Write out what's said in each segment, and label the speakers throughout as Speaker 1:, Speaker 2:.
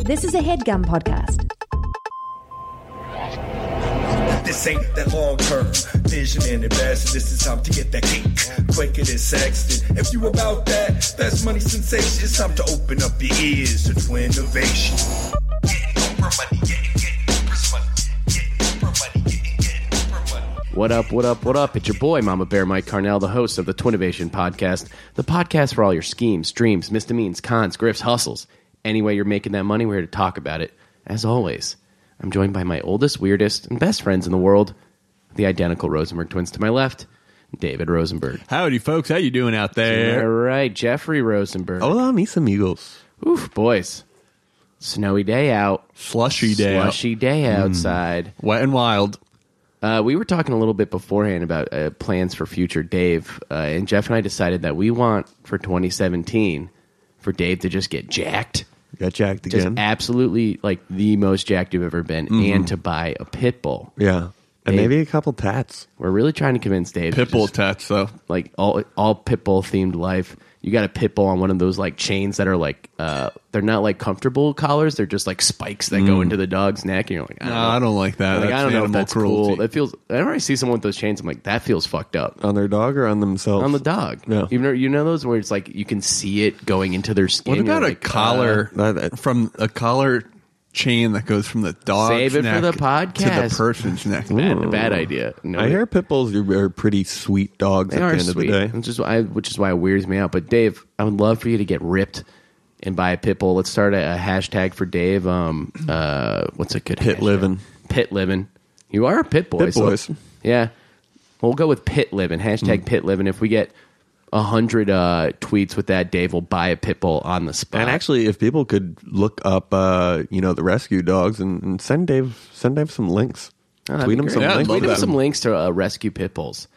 Speaker 1: This is a headgum podcast.
Speaker 2: This ain't that long term vision and investing. This is time to get that cake quicker than Sexton. If you about that, that's money sensation. It's time to open up your ears to twin innovation. Getting over money, getting, getting over money, getting over money, getting, getting over money.
Speaker 3: What up, what up, what up? It's your boy, Mama Bear Mike Carnell, the host of the Twinnovation Podcast, the podcast for all your schemes, dreams, misdemeans, cons, grifts, hustles. Any way you're making that money, we're here to talk about it. As always, I'm joined by my oldest, weirdest, and best friends in the world, the identical Rosenberg twins to my left, David Rosenberg.
Speaker 4: Howdy, folks. How you doing out
Speaker 3: All
Speaker 4: there?
Speaker 3: right, Jeffrey Rosenberg.
Speaker 4: Hola, mis amigos.
Speaker 3: Oof, boys. Snowy day out,
Speaker 4: Slushy day. out. Mm.
Speaker 3: slushy day outside.
Speaker 4: Wet and wild.
Speaker 3: Uh, we were talking a little bit beforehand about uh, plans for future Dave, uh, and Jeff and I decided that we want for 2017 for Dave to just get jacked,
Speaker 5: Got jacked
Speaker 3: just
Speaker 5: again.
Speaker 3: absolutely like the most jacked you've ever been, and to buy a pit bull.
Speaker 5: yeah. And
Speaker 3: Dave.
Speaker 5: maybe a couple tats.
Speaker 3: We're really trying to convince Dave to
Speaker 4: Pitbull
Speaker 3: just,
Speaker 4: tats, though.
Speaker 3: like all all pit bull themed life. You got a pit bull on one of those like chains that are like uh, they're not like comfortable collars; they're just like spikes that go into the dog's neck, and you're like, I don't
Speaker 4: No,
Speaker 3: know.
Speaker 4: I don't like that.
Speaker 3: Like,
Speaker 4: that's
Speaker 3: I don't know if
Speaker 4: animal
Speaker 3: that's
Speaker 4: cruelty.
Speaker 3: cool. That feels. Whenever I see someone with those chains, I'm like, that feels fucked up.
Speaker 5: On their dog or on themselves?
Speaker 4: Um,
Speaker 3: On the dog,
Speaker 5: Yeah.
Speaker 3: You know, you know those where it's like you can see it going into their skin.
Speaker 4: What about
Speaker 3: You're
Speaker 4: a
Speaker 3: like,
Speaker 4: collar
Speaker 5: uh, that-
Speaker 4: from a collar chain that goes from the dog's
Speaker 3: Save it for
Speaker 4: neck
Speaker 3: the
Speaker 4: to
Speaker 3: podcast.
Speaker 4: the person's neck?
Speaker 3: Bad, bad idea. No,
Speaker 5: I hear pit bulls are, are pretty sweet dogs
Speaker 3: they
Speaker 5: at the
Speaker 3: are
Speaker 5: end
Speaker 3: sweet,
Speaker 5: of the day.
Speaker 3: which is why which is why it weirds me out. But Dave, I would love for you to get ripped and buy a pit bull. Let's start a, a hashtag for Dave. Um, uh, what's a good
Speaker 5: Pit
Speaker 3: hashtag?
Speaker 5: livin'.
Speaker 3: Pit living. You are a pit boy.
Speaker 5: Pit
Speaker 3: so-
Speaker 5: boys. Mm.
Speaker 3: yeah, we'll go with pit living. Hashtag pit living. If we get a hundred uh, tweets with that, Dave will buy a pit bull on the spot.
Speaker 5: And actually, if people could look up, uh, you know, the rescue dogs and, and send Dave send Dave some links,
Speaker 3: Oh,
Speaker 4: Ah,
Speaker 3: that'd
Speaker 5: tweet
Speaker 3: be
Speaker 5: him
Speaker 3: great.
Speaker 5: some
Speaker 4: Yeah, I'd
Speaker 5: links.
Speaker 4: love
Speaker 3: Tweet him
Speaker 4: that.
Speaker 3: some links to uh, rescue pit bulls.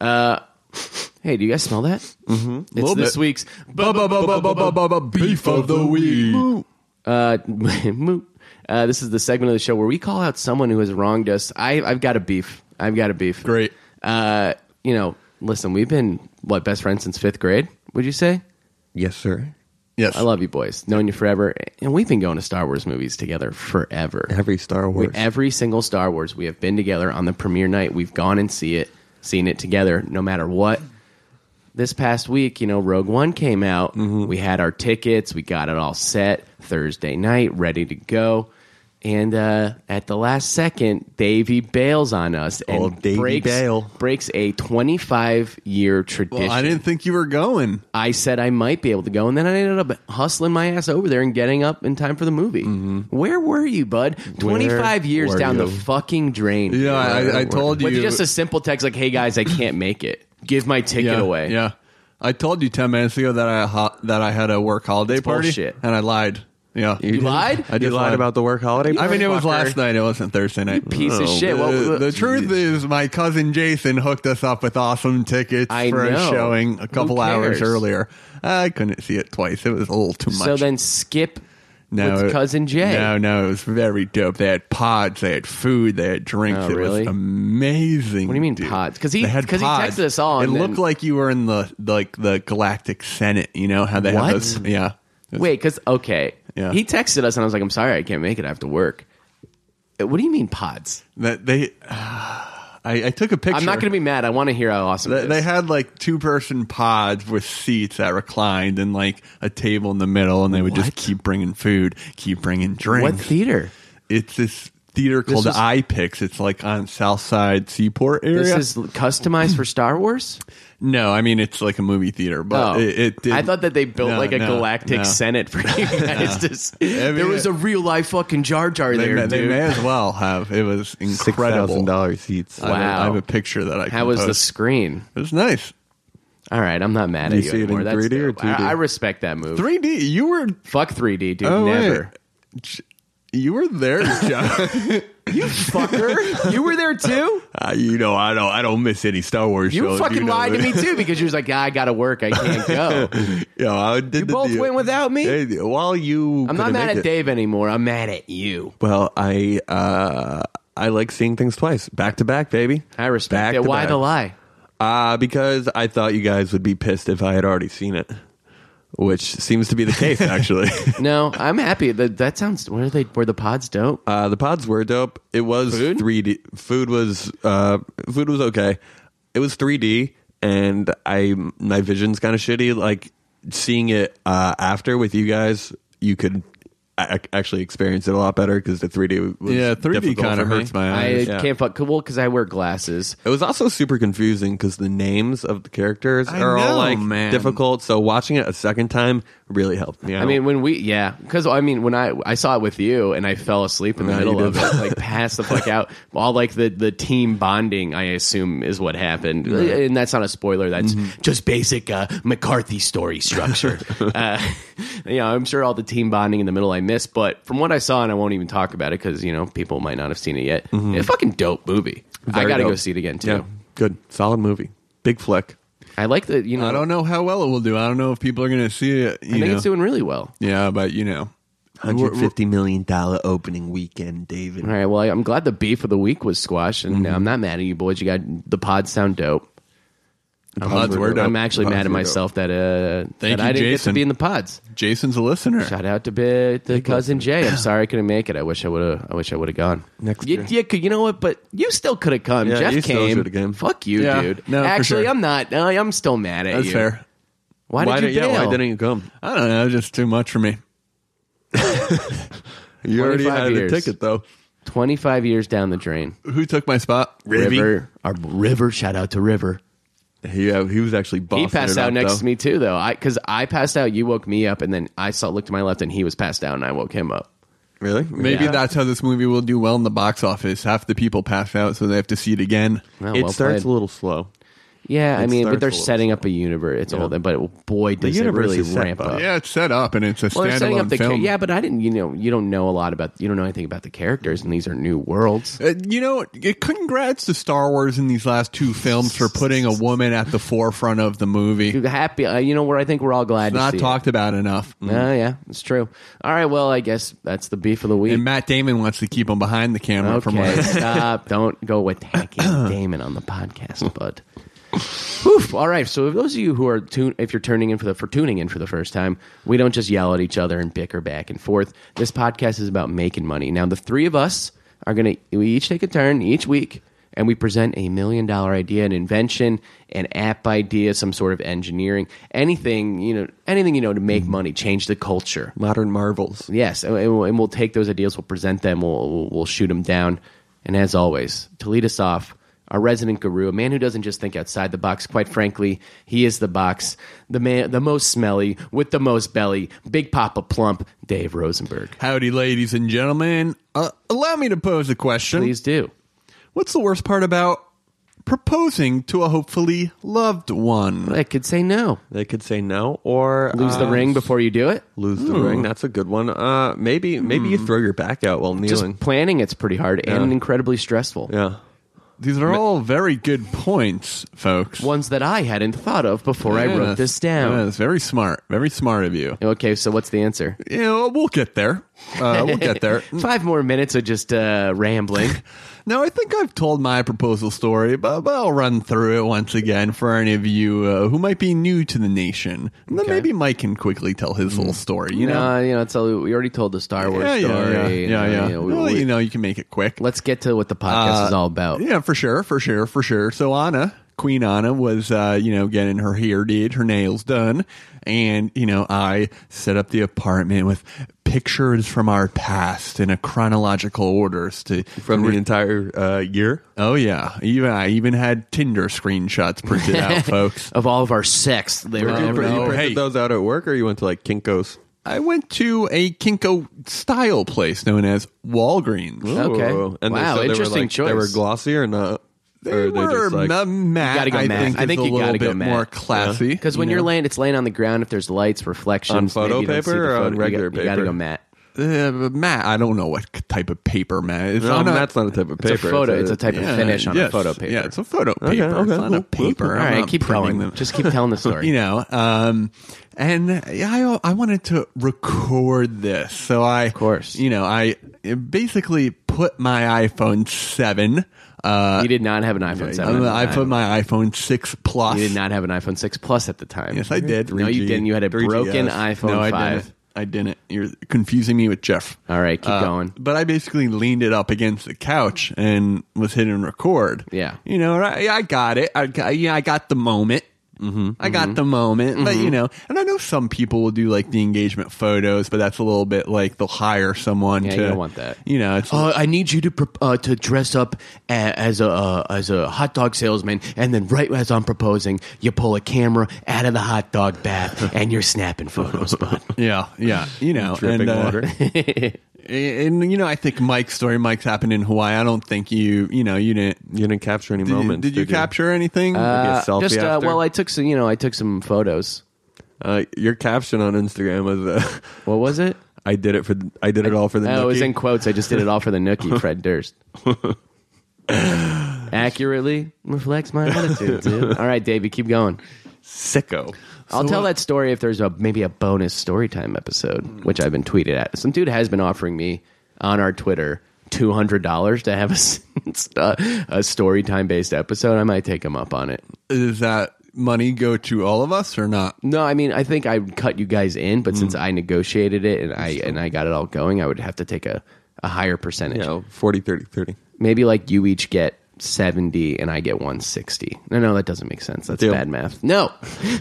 Speaker 3: Uh, hey, do you guys smell that? Mm-hmm. It's
Speaker 4: Little
Speaker 3: this
Speaker 4: bit.
Speaker 3: week's
Speaker 4: Beef of the week.
Speaker 3: Uh, moot. Uh, this is the segment of the show where we call out someone who has wronged us. I, I've got a beef. I've got a beef.
Speaker 4: Great.
Speaker 3: Uh, you know, listen, we've been what best friends since fifth grade. Would you say?
Speaker 5: Yes, sir.
Speaker 4: Yes.
Speaker 3: I love you boys. Known you forever, and we've been going to Star Wars movies together forever.
Speaker 5: Every Star Wars.
Speaker 3: We- every single Star Wars we have been together on the premiere night. We've gone and see it, seen it together, no matter what. This past week, you know, Rogue One came out.
Speaker 5: Mm-hmm.
Speaker 3: We had our tickets. We got it all set Thursday night, ready to go. And uh, at the last second, Davey bails on us and
Speaker 5: Old Davey
Speaker 3: breaks,
Speaker 5: Oh, Bale.
Speaker 3: breaks a 25 year tradition.
Speaker 4: Well, I didn't think you were going.
Speaker 3: I said I might be able to go, and then I ended up hustling my ass over there and getting up in time for the movie.
Speaker 4: Mm-hmm.
Speaker 3: Where were you, bud? Twenty five years
Speaker 5: were
Speaker 3: down the
Speaker 5: you?
Speaker 3: fucking drain.
Speaker 4: Yeah, I, I told you.
Speaker 3: with just a simple text like, "Hey guys, I can't make it. Give my ticket
Speaker 4: yeah,
Speaker 3: away."
Speaker 4: Yeah, I told you ten minutes ago that I ho- that I had a work holiday party,
Speaker 3: bullshit.
Speaker 4: and I lied. Yeah,
Speaker 3: You lied?
Speaker 4: I
Speaker 5: you
Speaker 4: did
Speaker 5: lied
Speaker 4: lie
Speaker 5: about the work holiday. Oh,
Speaker 4: I mean, it was
Speaker 3: Fucker.
Speaker 4: last night. It wasn't Thursday night.
Speaker 3: piece of shit.
Speaker 4: The,
Speaker 3: Well,
Speaker 4: the truth is, my cousin Jason hooked us up with awesome tickets
Speaker 3: I
Speaker 4: for
Speaker 3: know.
Speaker 4: a showing
Speaker 3: Who
Speaker 4: a couple hours
Speaker 3: cares?
Speaker 4: earlier. I couldn't see it twice. It was a little too much.
Speaker 3: So then skip
Speaker 4: no,
Speaker 3: with
Speaker 4: it-
Speaker 3: cousin Jay.
Speaker 4: No, no, it was very dope. They had pods, they had food, they had drinks.
Speaker 3: Oh,
Speaker 4: it
Speaker 3: really?
Speaker 4: was amazing.
Speaker 3: What do you mean
Speaker 4: dude.
Speaker 3: pods? 'Cause he-
Speaker 4: They had
Speaker 3: 'cause he
Speaker 4: pods.
Speaker 3: texted us all
Speaker 4: It
Speaker 3: and
Speaker 4: looked
Speaker 3: then-
Speaker 4: like you were in the like the Galactic Senate. You know how they
Speaker 3: What?
Speaker 4: have those? Yeah. It was-
Speaker 3: Wait, because okay,
Speaker 4: Yeah.
Speaker 3: he texted us and I was like, "I'm sorry, I can't make it. I have to work." Uh, What do you mean pods?
Speaker 4: that they. I, I took a picture.
Speaker 3: I'm not going to be mad. I want to hear how awesome it
Speaker 4: They,
Speaker 3: is.
Speaker 4: they had like two person pods with seats that reclined and like a table in the middle, and they would just
Speaker 3: What?
Speaker 4: keep bringing food, keep bringing
Speaker 3: what
Speaker 4: drinks.
Speaker 3: theater?
Speaker 4: it's this theater called
Speaker 3: was-
Speaker 4: the I Picks. It's like on Southside Seaport area.
Speaker 3: This is customized for Star Wars.
Speaker 4: no, I mean it's like a movie theater, but
Speaker 3: Oh.
Speaker 4: it, it did.
Speaker 3: I thought that they built
Speaker 4: No,
Speaker 3: like a
Speaker 4: no,
Speaker 3: galactic
Speaker 4: no.
Speaker 3: senate for you guys. to s-
Speaker 4: mean,
Speaker 3: there was a real life fucking Jar Jar
Speaker 4: They,
Speaker 3: there,
Speaker 4: may-
Speaker 3: dude.
Speaker 4: they may as well have. It was
Speaker 5: six thousand
Speaker 4: incredible.
Speaker 5: dollars seats.
Speaker 4: I, have a-
Speaker 3: Wow.
Speaker 4: I have a picture that I.
Speaker 3: How
Speaker 4: can
Speaker 3: was
Speaker 4: post.
Speaker 3: the screen?
Speaker 4: It was nice.
Speaker 3: All right, I'm not mad at you,
Speaker 5: You see it in
Speaker 3: anymore. That's
Speaker 5: 3D or
Speaker 3: terrible. I-
Speaker 5: 2D?
Speaker 3: I, respect that move.
Speaker 4: 3D. You were.
Speaker 3: Fuck 3D, dude.
Speaker 4: Oh, wait.
Speaker 3: Never.
Speaker 4: You were there, John.
Speaker 3: Fucker, you were there too.
Speaker 4: Uh, you know, I don't. I don't miss any Star Wars.
Speaker 3: You
Speaker 4: shows,
Speaker 3: fucking
Speaker 4: know
Speaker 3: lied to
Speaker 4: that.
Speaker 3: me too because you was like, "Ah, I got to work. I can't go.
Speaker 4: Yeah, I did
Speaker 3: You both went without me?
Speaker 4: While you,
Speaker 3: I'm not
Speaker 5: Couldn't
Speaker 3: mad
Speaker 5: make
Speaker 3: at
Speaker 5: it.
Speaker 3: Dave anymore. I'm mad at you.
Speaker 5: Well, I uh, I like seeing things twice, back to back, baby.
Speaker 3: I respect
Speaker 5: Back
Speaker 3: it.
Speaker 5: to
Speaker 3: Why
Speaker 5: back.
Speaker 3: the lie?
Speaker 5: Uh, because I thought you guys would be pissed if I had already seen it.
Speaker 4: which seems to be the case actually.
Speaker 3: No, I'm happy. That that sounds. Where they? Where the pods dope?
Speaker 4: Uh, the pods were dope. It was
Speaker 3: Food?
Speaker 4: 3D. Food was uh, food was okay. It was 3D, and I my vision's kind of shitty. Like seeing it uh, after with you guys, you could a- ac- actually experience it a lot better because the 3D was
Speaker 6: Yeah, 3D
Speaker 4: difficult
Speaker 6: kind of
Speaker 4: for me.
Speaker 6: hurts my
Speaker 3: I
Speaker 6: eyes.
Speaker 4: yeah.
Speaker 3: can't fuck. Well, because I wear glasses.
Speaker 4: It was also super confusing because the names of the characters
Speaker 6: I
Speaker 4: are
Speaker 6: know,
Speaker 4: all like
Speaker 6: man.
Speaker 4: difficult. So watching it a second time really helped me. Out.
Speaker 3: I mean, when we, yeah, because I mean, when I I saw it with you, and I fell asleep in the
Speaker 4: Yeah, you
Speaker 3: middle of
Speaker 4: did.
Speaker 3: it, like passed the fuck out. All like the the team bonding, I assume, is what happened, Uh, and that's not a spoiler. That's
Speaker 4: Mm-hmm.
Speaker 3: just basic uh, McCarthy story structure. uh, you know, I'm sure all the team bonding in the middle I missed, but from what I saw, and I won't even talk about it because you know people might not have seen it yet. It's a fucking dope movie. I
Speaker 4: Mm-hmm. Very
Speaker 3: got to go
Speaker 4: dope.
Speaker 3: see it again too.
Speaker 4: yeah, good, solid movie, big flick.
Speaker 3: I like the you know.
Speaker 6: I don't know how well it will do. I don't know if people are going to see it. You
Speaker 3: I think
Speaker 6: know.
Speaker 3: it's doing really well.
Speaker 6: yeah, but you know,
Speaker 4: Hundred fifty million dollar opening weekend, David.
Speaker 3: All right. Well, I, I'm glad the beef of the week was squash, and uh, I'm not mad at you boys. You got the pods sound dope. I'm-
Speaker 6: pods were dope.
Speaker 3: I'm actually
Speaker 6: Pods
Speaker 3: mad
Speaker 6: were
Speaker 3: at
Speaker 6: dope.
Speaker 3: myself that uh that
Speaker 6: Thank you,
Speaker 3: I didn't get to
Speaker 6: Jason.
Speaker 3: be in the pods.
Speaker 6: Jason's a listener.
Speaker 3: Shout out to be, to cousin Jay. I'm sorry I couldn't make it. I wish I would have. I wish I would have gone
Speaker 4: Next
Speaker 3: You,
Speaker 4: year.
Speaker 3: you, could- you know what? But you still could have come.
Speaker 4: Yeah,
Speaker 3: Jeff
Speaker 4: you still
Speaker 3: came.
Speaker 4: should've came.
Speaker 3: Fuck you,
Speaker 6: Yeah.
Speaker 3: dude.
Speaker 6: No, for
Speaker 3: actually,
Speaker 6: sure.
Speaker 3: I'm not. I, I'm still mad at
Speaker 6: That's
Speaker 3: you.
Speaker 6: fair.
Speaker 3: Why, did you
Speaker 4: yeah,
Speaker 3: bail?
Speaker 4: why didn't you come?
Speaker 6: I don't know. Just too much for me.
Speaker 4: You already
Speaker 3: 25
Speaker 4: had
Speaker 3: years.
Speaker 4: a ticket though.
Speaker 3: 25 years down the drain.
Speaker 6: Who took my spot?
Speaker 3: River. Our River. Shout out to River.
Speaker 4: He, uh, he was actually bossing
Speaker 3: he passed
Speaker 4: it
Speaker 3: out
Speaker 4: up,
Speaker 3: next
Speaker 4: though.
Speaker 3: to me too, though. I because I passed out, you woke me up, and then I saw looked to my left, and he was passed out, and I woke him up.
Speaker 4: Really?
Speaker 6: Maybe
Speaker 3: Yeah.
Speaker 6: that's how this movie will do well in the box office. Half the people pass out, so they have to see it again.
Speaker 3: Well,
Speaker 4: it
Speaker 3: well
Speaker 4: starts
Speaker 3: played.
Speaker 4: a little slow.
Speaker 3: yeah. I
Speaker 4: it
Speaker 3: mean, but
Speaker 4: starts
Speaker 3: they're
Speaker 4: a little
Speaker 3: setting up a universe. It's all that, but boy, does it
Speaker 4: universe
Speaker 3: really
Speaker 4: is set
Speaker 3: ramp
Speaker 4: up.
Speaker 3: up.
Speaker 6: Yeah, it's set up and it's a
Speaker 3: Well, they're setting up
Speaker 6: standalone
Speaker 3: the cha-
Speaker 6: film.
Speaker 3: yeah, but I didn't. You know, you don't know a lot about. You don't know anything about the characters, and these are new worlds.
Speaker 6: Uh, you know, it- congrats to Star Wars in these last two films for putting a woman at the forefront of the movie.
Speaker 3: Dude, Happy, uh, you know where I think we're all glad to
Speaker 6: Not
Speaker 3: see.
Speaker 6: talked about enough.
Speaker 3: It. Uh, yeah, it's true. All right, well, I guess that's the beef of the week.
Speaker 6: And Matt Damon wants to keep him behind the camera from what
Speaker 3: Okay, stop. Don't go attacking Damon on the podcast, bud. Oof. All right. So, if those of you who are tune, if you're turning in for the for tuning in for the first time, we don't just yell at each other and bicker back and forth. This podcast is about making money. Now, the three of us are gonna we each take a turn each week, and we present a million dollar idea, an invention, an app idea, some sort of engineering, anything you know, anything you know to make money, change the culture.
Speaker 4: Modern marvels.
Speaker 3: Yes, and and we'll, and we'll take those ideas. We'll present them. We'll we'll, we'll shoot them down. And as always, to lead us off, our resident guru, a man who doesn't just think outside the box. Quite frankly, he is the box, the man, the most smelly with the most belly, Big Papa Plump, Dave Rosenberg.
Speaker 6: Howdy, ladies and gentlemen. Uh, allow me to pose a question.
Speaker 3: Please do.
Speaker 6: What's the worst part about proposing to a hopefully loved one?
Speaker 3: I could say no.
Speaker 4: They could say no or
Speaker 3: Lose the
Speaker 4: uh,
Speaker 3: ring before you do it.
Speaker 4: Lose the ring. That's a good one. Uh, maybe maybe you throw your back out while
Speaker 3: Just
Speaker 4: kneeling.
Speaker 3: planning it's pretty hard and incredibly stressful.
Speaker 4: yeah.
Speaker 6: These are all very good points, folks.
Speaker 3: Ones that I hadn't thought of before I
Speaker 6: Yeah,
Speaker 3: wrote this down.
Speaker 6: yeah, That's very smart. Very smart of you.
Speaker 3: Okay, so what's the answer?
Speaker 6: You know, we'll get there. Uh, we'll get there.
Speaker 3: Five more minutes of just uh, rambling.
Speaker 6: Now, I think I've told my proposal story, but, but I'll run through it once again for any of you uh, who might be new to the nation. And then
Speaker 3: Okay.
Speaker 6: maybe Mike can quickly tell his little story. You
Speaker 3: You
Speaker 6: know,
Speaker 3: know, you know, it's all, we already told the Star Wars
Speaker 6: yeah, yeah,
Speaker 3: story.
Speaker 6: yeah,
Speaker 3: you
Speaker 6: yeah,
Speaker 3: know,
Speaker 6: yeah.
Speaker 3: you know, we-
Speaker 6: well,
Speaker 3: we-
Speaker 6: you know, you can make it quick.
Speaker 3: let's get to what the podcast
Speaker 6: Uh,
Speaker 3: is all about.
Speaker 6: Yeah, for sure, for sure, for sure. So Anna, Queen Anna, was uh, you know getting her hair did, her nails done, and you know I set up the apartment with pictures from our past in a chronological order as to
Speaker 4: From the entire uh, year.
Speaker 6: Oh yeah, even I even had Tinder screenshots printed out, folks.
Speaker 3: Of all of our sex, they were
Speaker 6: Oh,
Speaker 4: you
Speaker 3: all-
Speaker 4: pr- you
Speaker 6: no.
Speaker 4: printed
Speaker 6: Hey.
Speaker 4: those out at work or you went to like Kinko's?
Speaker 6: I went to a Kinko style place known as Walgreens.
Speaker 3: Okay.
Speaker 4: Ooh. And
Speaker 3: Wow,
Speaker 4: so they were,
Speaker 3: interesting
Speaker 4: like-
Speaker 3: choice.
Speaker 4: They were glossy or not?
Speaker 6: They
Speaker 4: Or
Speaker 6: were
Speaker 4: just, like-
Speaker 6: ma- matte.
Speaker 3: gotta go
Speaker 6: I
Speaker 3: matte.
Speaker 6: think,
Speaker 3: I
Speaker 6: is
Speaker 3: think
Speaker 6: a
Speaker 3: you gotta
Speaker 6: little
Speaker 3: go
Speaker 6: bit
Speaker 3: matte.
Speaker 6: more classy.
Speaker 3: Because when you're laying, it's laying on the ground. If there's lights, reflections,
Speaker 4: On photo
Speaker 3: maybe you don't see
Speaker 4: paper
Speaker 3: the
Speaker 4: or
Speaker 3: photo-
Speaker 4: on
Speaker 3: you
Speaker 4: regular
Speaker 3: got- You got to
Speaker 4: paper?
Speaker 3: go matte.
Speaker 6: Uh, Matt, I don't know what type of paper, Matt. It's
Speaker 4: No,
Speaker 6: on a-
Speaker 4: that's not a type of
Speaker 3: It's
Speaker 4: paper.
Speaker 3: a photo. It's a type
Speaker 6: yeah,
Speaker 3: of finish on
Speaker 6: yes.
Speaker 3: a photo paper.
Speaker 6: Yeah, it's a photo paper.
Speaker 4: okay,
Speaker 6: it's not
Speaker 4: cool,
Speaker 6: a
Speaker 4: cool,
Speaker 6: paper.
Speaker 4: cool.
Speaker 3: all
Speaker 6: I'm
Speaker 3: right,
Speaker 6: not
Speaker 3: keep
Speaker 6: printing
Speaker 3: going.
Speaker 6: them.
Speaker 3: Just keep telling the story.
Speaker 6: you know, um, and I I wanted to record this, so I, of
Speaker 3: course.
Speaker 6: you know, I basically put my iPhone seven
Speaker 3: you did not have an iPhone
Speaker 6: I,
Speaker 3: 7. at the
Speaker 6: I
Speaker 3: time.
Speaker 6: put my iPhone six plus.
Speaker 3: You did not have an iPhone 6 Plus at the time.
Speaker 6: Yes, I did.
Speaker 3: No, you
Speaker 6: 3G.
Speaker 3: didn't. You had a
Speaker 6: 3GS.
Speaker 3: broken iPhone
Speaker 6: no, I
Speaker 3: 5.
Speaker 6: Didn't. I didn't. You're confusing me with Jeff. Uh,
Speaker 3: All right, keep going.
Speaker 6: But I basically leaned it up against the couch and was hitting record.
Speaker 3: Yeah.
Speaker 6: you know, and I, I got it. I got, yeah, I got the moment. Mm-hmm, I got the moment, but
Speaker 3: Mm-hmm.
Speaker 6: you know, and I know some people will do like the engagement photos, but that's a little bit like they'll hire someone
Speaker 3: Yeah,
Speaker 6: to.
Speaker 3: you don't want that.
Speaker 6: You know, it's
Speaker 3: Uh, I need you to prop- uh, to dress up a- as a uh, as a hot dog salesman, and then right as I'm proposing, you pull a camera out of the hot dog bath, and you're snapping photos. But
Speaker 6: yeah, yeah. You know, and, uh, and you know, I think Mike's story, Mike's happened in Hawaii. I don't think you, you know, you didn't
Speaker 4: You didn't capture any
Speaker 6: Did you-
Speaker 4: moments.
Speaker 6: Did you capture anything?
Speaker 4: Like a selfie
Speaker 3: just uh,
Speaker 4: after?
Speaker 3: well, I took some you know I took some photos.
Speaker 4: Uh, your caption on Instagram was, uh,
Speaker 3: What was it?
Speaker 4: "I did it for. I did it all for the."
Speaker 3: oh, it was
Speaker 4: nookie."
Speaker 3: in quotes. I just did it all for the nookie, Fred Durst. Accurately reflects my attitude, dude. All right, Davey, keep going.
Speaker 4: sicko.
Speaker 3: I'll tell that story if there's a maybe a bonus story time episode, which I've been tweeted at. Some dude has been offering me on our Twitter two hundred dollars to have a, s- uh, a story time based episode. I might take him up on it.
Speaker 6: Does that money go to all of us or not?
Speaker 3: No, I mean I think I would cut you guys in, but
Speaker 4: Hmm.
Speaker 3: since I negotiated it and I and I got it all going, I would have to take a, a higher percentage.
Speaker 4: You know, 40, 30, 30.
Speaker 3: Maybe like you each get seventy and I get one sixty. No, no, that doesn't make sense. That's
Speaker 4: Deal.
Speaker 3: bad math. No.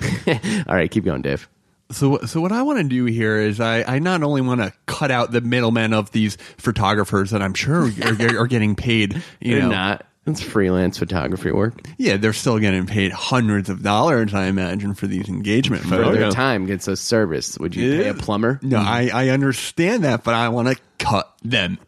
Speaker 3: all right, keep going, Dave.
Speaker 6: So, so what I want to do here is I, I not only want to cut out the middlemen of these photographers that I'm sure are, are, are getting paid, you
Speaker 3: You're
Speaker 6: know,
Speaker 3: not. It's freelance photography work.
Speaker 6: yeah, they're still getting paid hundreds of dollars, I imagine, for these engagement
Speaker 3: for
Speaker 6: photos.
Speaker 3: their time gets a service. Would you pay a plumber?
Speaker 6: No, I, I understand that, but I want to cut them out.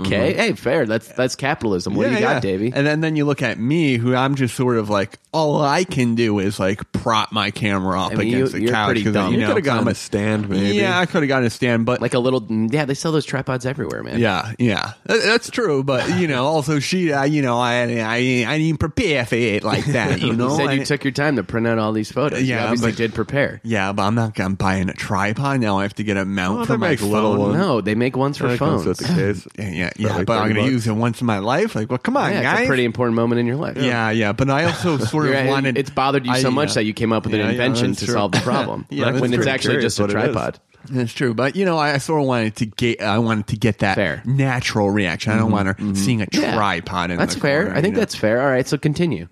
Speaker 3: Okay. Hey, fair. That's that's capitalism. What do you
Speaker 6: Yeah,
Speaker 3: got,
Speaker 6: yeah.
Speaker 3: Davey?
Speaker 6: And then, then you look at me, who I'm just sort of like, all I can do is like prop my camera up
Speaker 3: I mean, you-
Speaker 6: against the
Speaker 3: you're
Speaker 6: couch.
Speaker 3: pretty
Speaker 6: 'cause,
Speaker 3: dumb. You
Speaker 4: You,
Speaker 6: know,
Speaker 4: could have gotten
Speaker 6: kinda-
Speaker 4: a stand, maybe.
Speaker 6: Yeah, I could have gotten a stand, but
Speaker 3: Like a little. Yeah, they sell those tripods everywhere, man.
Speaker 6: yeah, yeah, That- that's true. But you know, also she, uh, you know, I, I, I didn't prepare for it like that. You
Speaker 3: You
Speaker 6: know,
Speaker 3: said
Speaker 6: I-
Speaker 3: you took your time to print out all these photos.
Speaker 6: Yeah,
Speaker 3: you obviously
Speaker 6: but-
Speaker 3: did prepare.
Speaker 6: yeah, but I'm not. I'm buying a tripod now. I have to get a mount
Speaker 3: Oh,
Speaker 4: Well,
Speaker 6: for
Speaker 4: they
Speaker 6: my
Speaker 4: make
Speaker 6: phone.
Speaker 4: little ones.
Speaker 3: No, they make ones for
Speaker 4: That comes
Speaker 3: phones.
Speaker 4: with the case.
Speaker 6: Yeah, yeah, yeah,
Speaker 4: Probably
Speaker 6: but I'm
Speaker 4: 30
Speaker 6: gonna
Speaker 4: bucks.
Speaker 6: use it once in my life. Like, well, come on,
Speaker 3: yeah,
Speaker 6: guys.
Speaker 3: it's a pretty important moment in your life.
Speaker 6: yeah, yeah, but I also sort
Speaker 3: You're-
Speaker 6: of wanted.
Speaker 3: it's bothered you so
Speaker 6: I,
Speaker 3: much
Speaker 6: uh,
Speaker 3: that you came up with
Speaker 6: yeah,
Speaker 3: an
Speaker 6: yeah,
Speaker 3: invention
Speaker 6: that's
Speaker 3: to
Speaker 6: true.
Speaker 3: solve the problem.
Speaker 6: Yeah,
Speaker 3: Like,
Speaker 6: that's
Speaker 3: when it's
Speaker 4: pretty
Speaker 3: actually
Speaker 4: curious
Speaker 3: just a
Speaker 4: what it is.
Speaker 3: tripod.
Speaker 6: That's true, but you know, I, I sort of wanted to get. I wanted to get that
Speaker 3: Fair. Mm-hmm,
Speaker 6: natural reaction. I don't want her seeing a
Speaker 3: Yeah.
Speaker 6: tripod in
Speaker 3: That's
Speaker 6: the
Speaker 3: fair.
Speaker 6: corner,
Speaker 3: I
Speaker 6: you
Speaker 3: think
Speaker 6: know?
Speaker 3: that's fair. All right, so continue.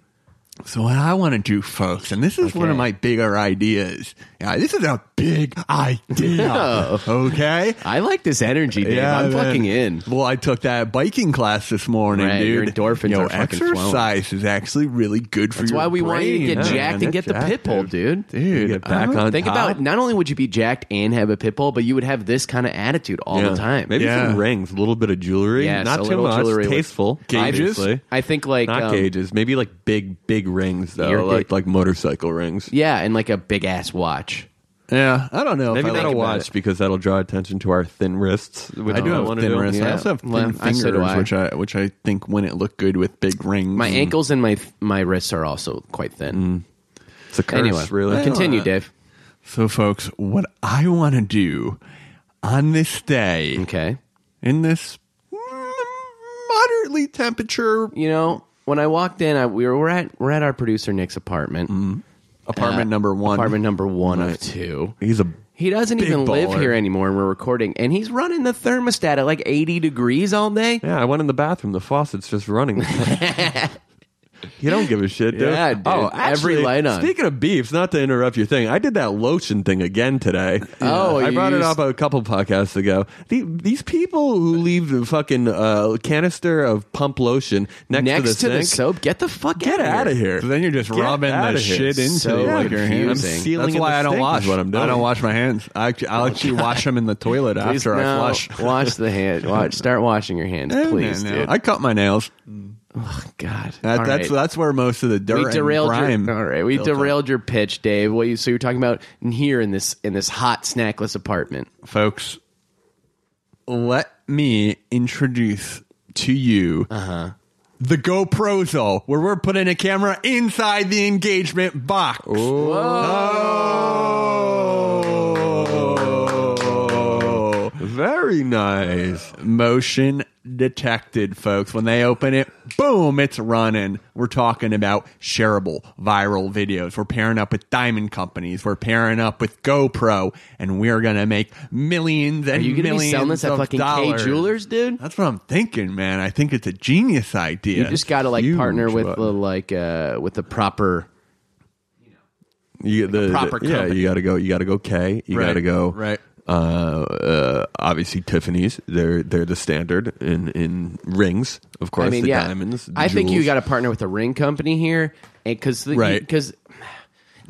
Speaker 6: So what I want to do, folks, and this is one of
Speaker 3: Okay.
Speaker 6: my bigger ideas. Yeah, this is a big idea. okay.
Speaker 3: I like this energy, Dave. Oh. I'm
Speaker 6: man.
Speaker 3: fucking in.
Speaker 6: Well, I took that biking class this morning,
Speaker 3: Right, your
Speaker 6: dude.
Speaker 3: endorphins
Speaker 6: Yo,
Speaker 3: are fucking flowing.
Speaker 6: exercise is actually really good for
Speaker 3: That's
Speaker 6: your
Speaker 3: why we want you to
Speaker 6: brain,
Speaker 3: get
Speaker 6: man.
Speaker 3: jacked and get
Speaker 4: Get
Speaker 3: the
Speaker 4: jacked,
Speaker 3: pit bull, dude. uh-huh.
Speaker 6: dude.
Speaker 4: Get back on
Speaker 3: Think
Speaker 4: top.
Speaker 3: about not only would you be jacked and have a pit bull, but you would have this kind of attitude all
Speaker 4: Yeah.
Speaker 3: the time.
Speaker 4: Maybe
Speaker 6: Yeah.
Speaker 4: some rings, a little bit of jewelry,
Speaker 3: Yes, a
Speaker 4: not too
Speaker 3: little
Speaker 4: much,
Speaker 3: jewelry with-
Speaker 4: tasteful.
Speaker 6: Gauges?
Speaker 4: obviously.
Speaker 3: I think like
Speaker 4: not
Speaker 3: um,
Speaker 4: gauges, maybe like big, big rings
Speaker 3: Ear-
Speaker 4: though, like like motorcycle rings.
Speaker 3: Yeah, and like a big ass watch.
Speaker 6: Yeah, I don't know.
Speaker 4: Maybe
Speaker 6: if I
Speaker 4: not a
Speaker 6: like it.
Speaker 4: watch because that'll draw attention to our thin wrists. Which
Speaker 3: Oh,
Speaker 6: I do have
Speaker 4: want
Speaker 6: thin
Speaker 4: to
Speaker 6: wrists.
Speaker 4: Do.
Speaker 6: I
Speaker 3: Yeah.
Speaker 6: also have thin
Speaker 3: Well, I-
Speaker 6: fingers,
Speaker 3: so do I.
Speaker 6: which I which I think wouldn't look good with big rings.
Speaker 4: Hmm.
Speaker 3: My ankles and my my wrists are also quite thin.
Speaker 4: It's a Hmm. curse,
Speaker 3: anyway,
Speaker 4: really.
Speaker 3: continue, Dave.
Speaker 6: So, folks, what I want to do on this day,
Speaker 3: Okay,
Speaker 6: in this mm, moderately temperature
Speaker 3: you know when I walked in, I, we were we're at we're at our producer Nick's apartment,
Speaker 6: Mm-hmm. apartment
Speaker 3: Uh,
Speaker 6: number one,
Speaker 3: apartment number one of two.
Speaker 4: He's a
Speaker 3: He doesn't
Speaker 6: Big
Speaker 3: even live
Speaker 6: baller.
Speaker 3: here anymore, and we're recording, and he's running the thermostat at like eighty degrees all day.
Speaker 4: yeah. I went in the bathroom. The faucet's just running. You don't give a shit, dude.
Speaker 3: Yeah, dude.
Speaker 4: Oh,
Speaker 3: Every
Speaker 4: actually,
Speaker 3: light on.
Speaker 4: Speaking of beefs, not to interrupt your thing, I did that lotion thing again today.
Speaker 3: Oh,
Speaker 4: I
Speaker 3: you
Speaker 4: brought it
Speaker 3: used-
Speaker 4: up a couple podcasts ago. The, these people who leave the fucking uh, canister of pump lotion next,
Speaker 3: Next
Speaker 4: to the sink,
Speaker 3: soap, get the fuck
Speaker 4: get out of here.
Speaker 6: So then you're just rubbing
Speaker 4: out
Speaker 6: the
Speaker 4: of here.
Speaker 6: shit into
Speaker 3: So
Speaker 6: it like your
Speaker 4: I'm
Speaker 6: hands.
Speaker 3: confusing. That's
Speaker 4: sealing
Speaker 6: That's
Speaker 4: in
Speaker 6: why
Speaker 4: the
Speaker 6: I don't
Speaker 4: sink
Speaker 6: wash.
Speaker 4: is what I'm doing.
Speaker 6: I don't wash my hands. I actually, I'll actually wash them in the toilet
Speaker 3: Please,
Speaker 6: after I
Speaker 3: no,
Speaker 6: flush.
Speaker 3: wash the hand. Wash, start washing your hands,
Speaker 6: No, no,
Speaker 3: please,
Speaker 6: no.
Speaker 3: dude. Oh,
Speaker 6: I cut my nails.
Speaker 3: God,
Speaker 6: That,
Speaker 3: All
Speaker 6: that's
Speaker 3: right.
Speaker 6: that's where most of the dirt
Speaker 3: we
Speaker 6: and
Speaker 3: derailed
Speaker 6: grime.
Speaker 3: your. All right, we
Speaker 6: built up.
Speaker 3: derailed your pitch, Dave. What you so you're talking about in here in this in this hot snackless apartment?
Speaker 6: folks. Let me introduce to you the GoProzo, where we're putting a camera inside the engagement box. Oh.
Speaker 4: Very nice.
Speaker 6: Motion detected, folks. When they open it, boom, it's running. We're talking about shareable viral videos. We're pairing up with diamond companies. We're pairing up with GoPro, and we're gonna make millions and
Speaker 3: Are you going to
Speaker 6: millions
Speaker 3: be selling this at
Speaker 6: of
Speaker 3: fucking
Speaker 6: dollars.
Speaker 3: K Jewelers, dude?
Speaker 6: That's what I'm thinking, man. I think it's a genius idea.
Speaker 3: You just got to like
Speaker 6: Huge,
Speaker 3: partner with
Speaker 6: but-
Speaker 3: the like uh with the proper.
Speaker 4: You the, the-
Speaker 3: proper
Speaker 4: yeah.
Speaker 3: company.
Speaker 4: You got to go. You got to go. K. You
Speaker 6: Right,
Speaker 4: got to go.
Speaker 6: right.
Speaker 4: Uh, uh, obviously Tiffany's. They're they're the standard in in rings. Of course,
Speaker 3: I mean,
Speaker 4: the
Speaker 3: yeah,
Speaker 4: diamonds. the
Speaker 3: I think you
Speaker 4: jewels.
Speaker 3: got to partner with a ring company here, eh, because
Speaker 6: Right.
Speaker 3: because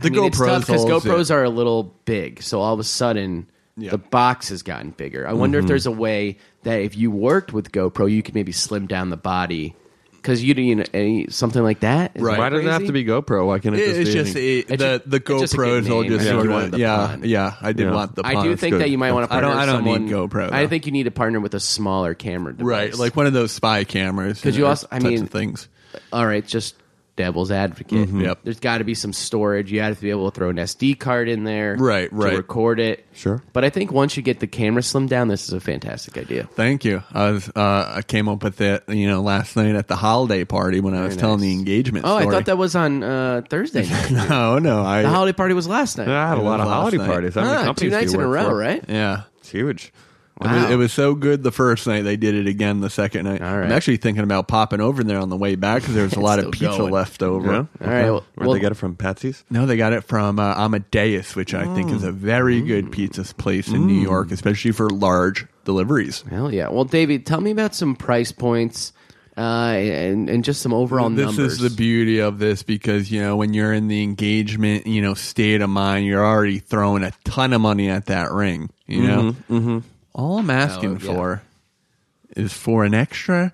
Speaker 6: the
Speaker 3: I mean, it's tough
Speaker 6: GoPros.
Speaker 3: because
Speaker 6: holds it.
Speaker 3: GoPros are a little big, so all of a sudden
Speaker 6: Yeah. Mm-hmm.
Speaker 3: the box has gotten bigger. I wonder if there's a way that if you worked with GoPro, you could maybe slim down the body because you do you know, any, something like that. Is
Speaker 6: Right.
Speaker 3: that
Speaker 4: Why does it have
Speaker 3: crazy?
Speaker 4: to be GoPro? Why can't it,
Speaker 6: It- it's
Speaker 4: be
Speaker 6: just
Speaker 4: any-
Speaker 6: it,
Speaker 3: It's
Speaker 6: the
Speaker 3: ju- it's
Speaker 6: the
Speaker 3: just a
Speaker 6: GoPros
Speaker 3: good
Speaker 6: will
Speaker 3: name.
Speaker 6: just
Speaker 3: I think
Speaker 6: sort
Speaker 3: you
Speaker 6: of
Speaker 3: wanted the
Speaker 6: yeah
Speaker 3: pun.
Speaker 6: yeah. I did
Speaker 4: Yeah.
Speaker 6: want the.
Speaker 3: I
Speaker 6: pun.
Speaker 3: do
Speaker 6: It's
Speaker 3: think
Speaker 6: good.
Speaker 3: that you might want to
Speaker 6: I
Speaker 3: partner
Speaker 6: don't. I
Speaker 3: with
Speaker 6: don't
Speaker 3: someone.
Speaker 6: need GoPro.
Speaker 3: I
Speaker 6: though.
Speaker 3: think you need to partner with a smaller camera device.
Speaker 6: right, like one of those spy cameras.
Speaker 3: 'Cause
Speaker 6: and
Speaker 3: you also- I
Speaker 6: types
Speaker 3: mean-
Speaker 6: of things.
Speaker 3: all right, just devil's advocate.
Speaker 6: Mm-hmm. Yep.
Speaker 3: There's got to be some storage. You have to be able to throw an SD card in there,
Speaker 6: Right, right.
Speaker 3: to record it.
Speaker 4: Sure.
Speaker 3: But I think once you get the camera slimmed down, this is a fantastic idea.
Speaker 6: Thank you. I was uh, I came up with it, you know, last night at the holiday party when I was telling the
Speaker 3: nice.
Speaker 6: engagement.
Speaker 3: Oh, I
Speaker 6: story.
Speaker 3: thought that was on uh, Thursday night.
Speaker 6: No, no, I.
Speaker 3: The holiday party was last night.
Speaker 4: Yeah, I had a
Speaker 6: It
Speaker 4: lot
Speaker 6: was
Speaker 4: of
Speaker 6: last
Speaker 4: holiday
Speaker 6: night.
Speaker 4: parties. How many
Speaker 3: Ah,
Speaker 4: companies
Speaker 3: two
Speaker 4: do you
Speaker 3: nights in a
Speaker 4: work
Speaker 3: row,
Speaker 4: for?
Speaker 3: right?
Speaker 6: yeah.
Speaker 4: It's huge.
Speaker 6: It was,
Speaker 3: Wow.
Speaker 6: it was so good the first night they did it again the second night.
Speaker 3: All right.
Speaker 6: I'm actually thinking about popping over there on the way back because there's a lot of
Speaker 3: Still
Speaker 6: pizza
Speaker 3: going.
Speaker 6: left over.
Speaker 4: Yeah.
Speaker 3: All right. Well,
Speaker 4: Where'd they get it from? Patsy's?
Speaker 6: No, they got it from uh, Amadeus, which I think
Speaker 3: Oh.
Speaker 6: is a very
Speaker 3: Mm.
Speaker 6: good pizza place in New York, especially for large deliveries.
Speaker 3: hell yeah. Well, David, tell me about some price points uh, and and just some overall
Speaker 6: this
Speaker 3: numbers.
Speaker 6: is the beauty of this because you know when you're in the engagement you know state of mind you're already throwing a ton of money at that ring you know all i'm asking
Speaker 3: Oh, Mm-hmm, yeah.
Speaker 6: for is for an extra